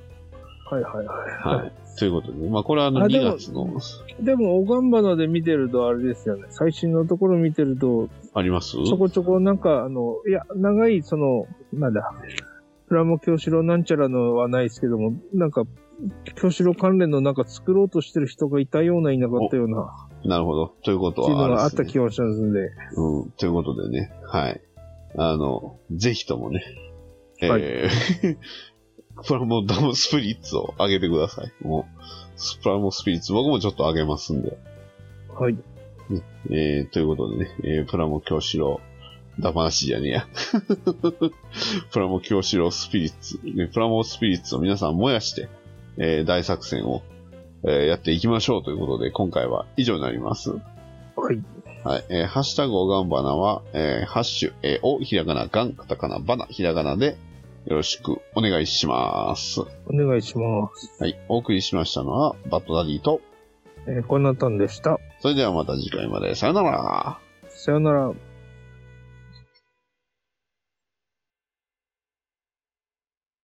Speaker 3: はいはいはい。
Speaker 2: はい。ということで、まあこれはあの
Speaker 3: あで
Speaker 2: 2
Speaker 3: も
Speaker 2: 月の、
Speaker 3: でも、おがんばなで見てるとあれですよね。最新のところ見てると、
Speaker 2: あります
Speaker 3: ちょこちょこなんか、あの、いや、長い、その、なんだ、プラモ教師郎なんちゃらのはないですけども、なんか、教師郎関連のなんか作ろうとしてる人がいたような、いなかったような、
Speaker 2: なるほど。ということ
Speaker 3: っていうの
Speaker 2: は
Speaker 3: があ
Speaker 2: あ
Speaker 3: っ
Speaker 2: れです
Speaker 3: た
Speaker 2: ね、
Speaker 3: 気がしますんで、
Speaker 2: うん。ということでね、はい。あの、ぜひともね、えー
Speaker 3: は
Speaker 2: プラモダムスピリッツを上げてください。もう、プラモスピリッツ僕もちょっと上げますんで。
Speaker 3: はい。
Speaker 2: えー、ということでね、えー、プラモ教師郎、ダマなしじゃねえや。 プラモ教師郎スピリッツ、ね、プラモスピリッツを皆さん燃やして、えー大作戦を、えーやっていきましょうということで、今回は以上になります。
Speaker 3: はい。
Speaker 2: はい、えーハッシュタグおがんばなは、えーハッシュ、えー、お、ひらがな、がん、カタカナ、ばな、ひらがなで、よろしくお願いします。は
Speaker 3: お願いします。
Speaker 2: い、お送りしましたのは、バッドダディと、
Speaker 3: えーこんなたんでした。
Speaker 2: それではまた次回まで、さよなら。
Speaker 3: さよなら。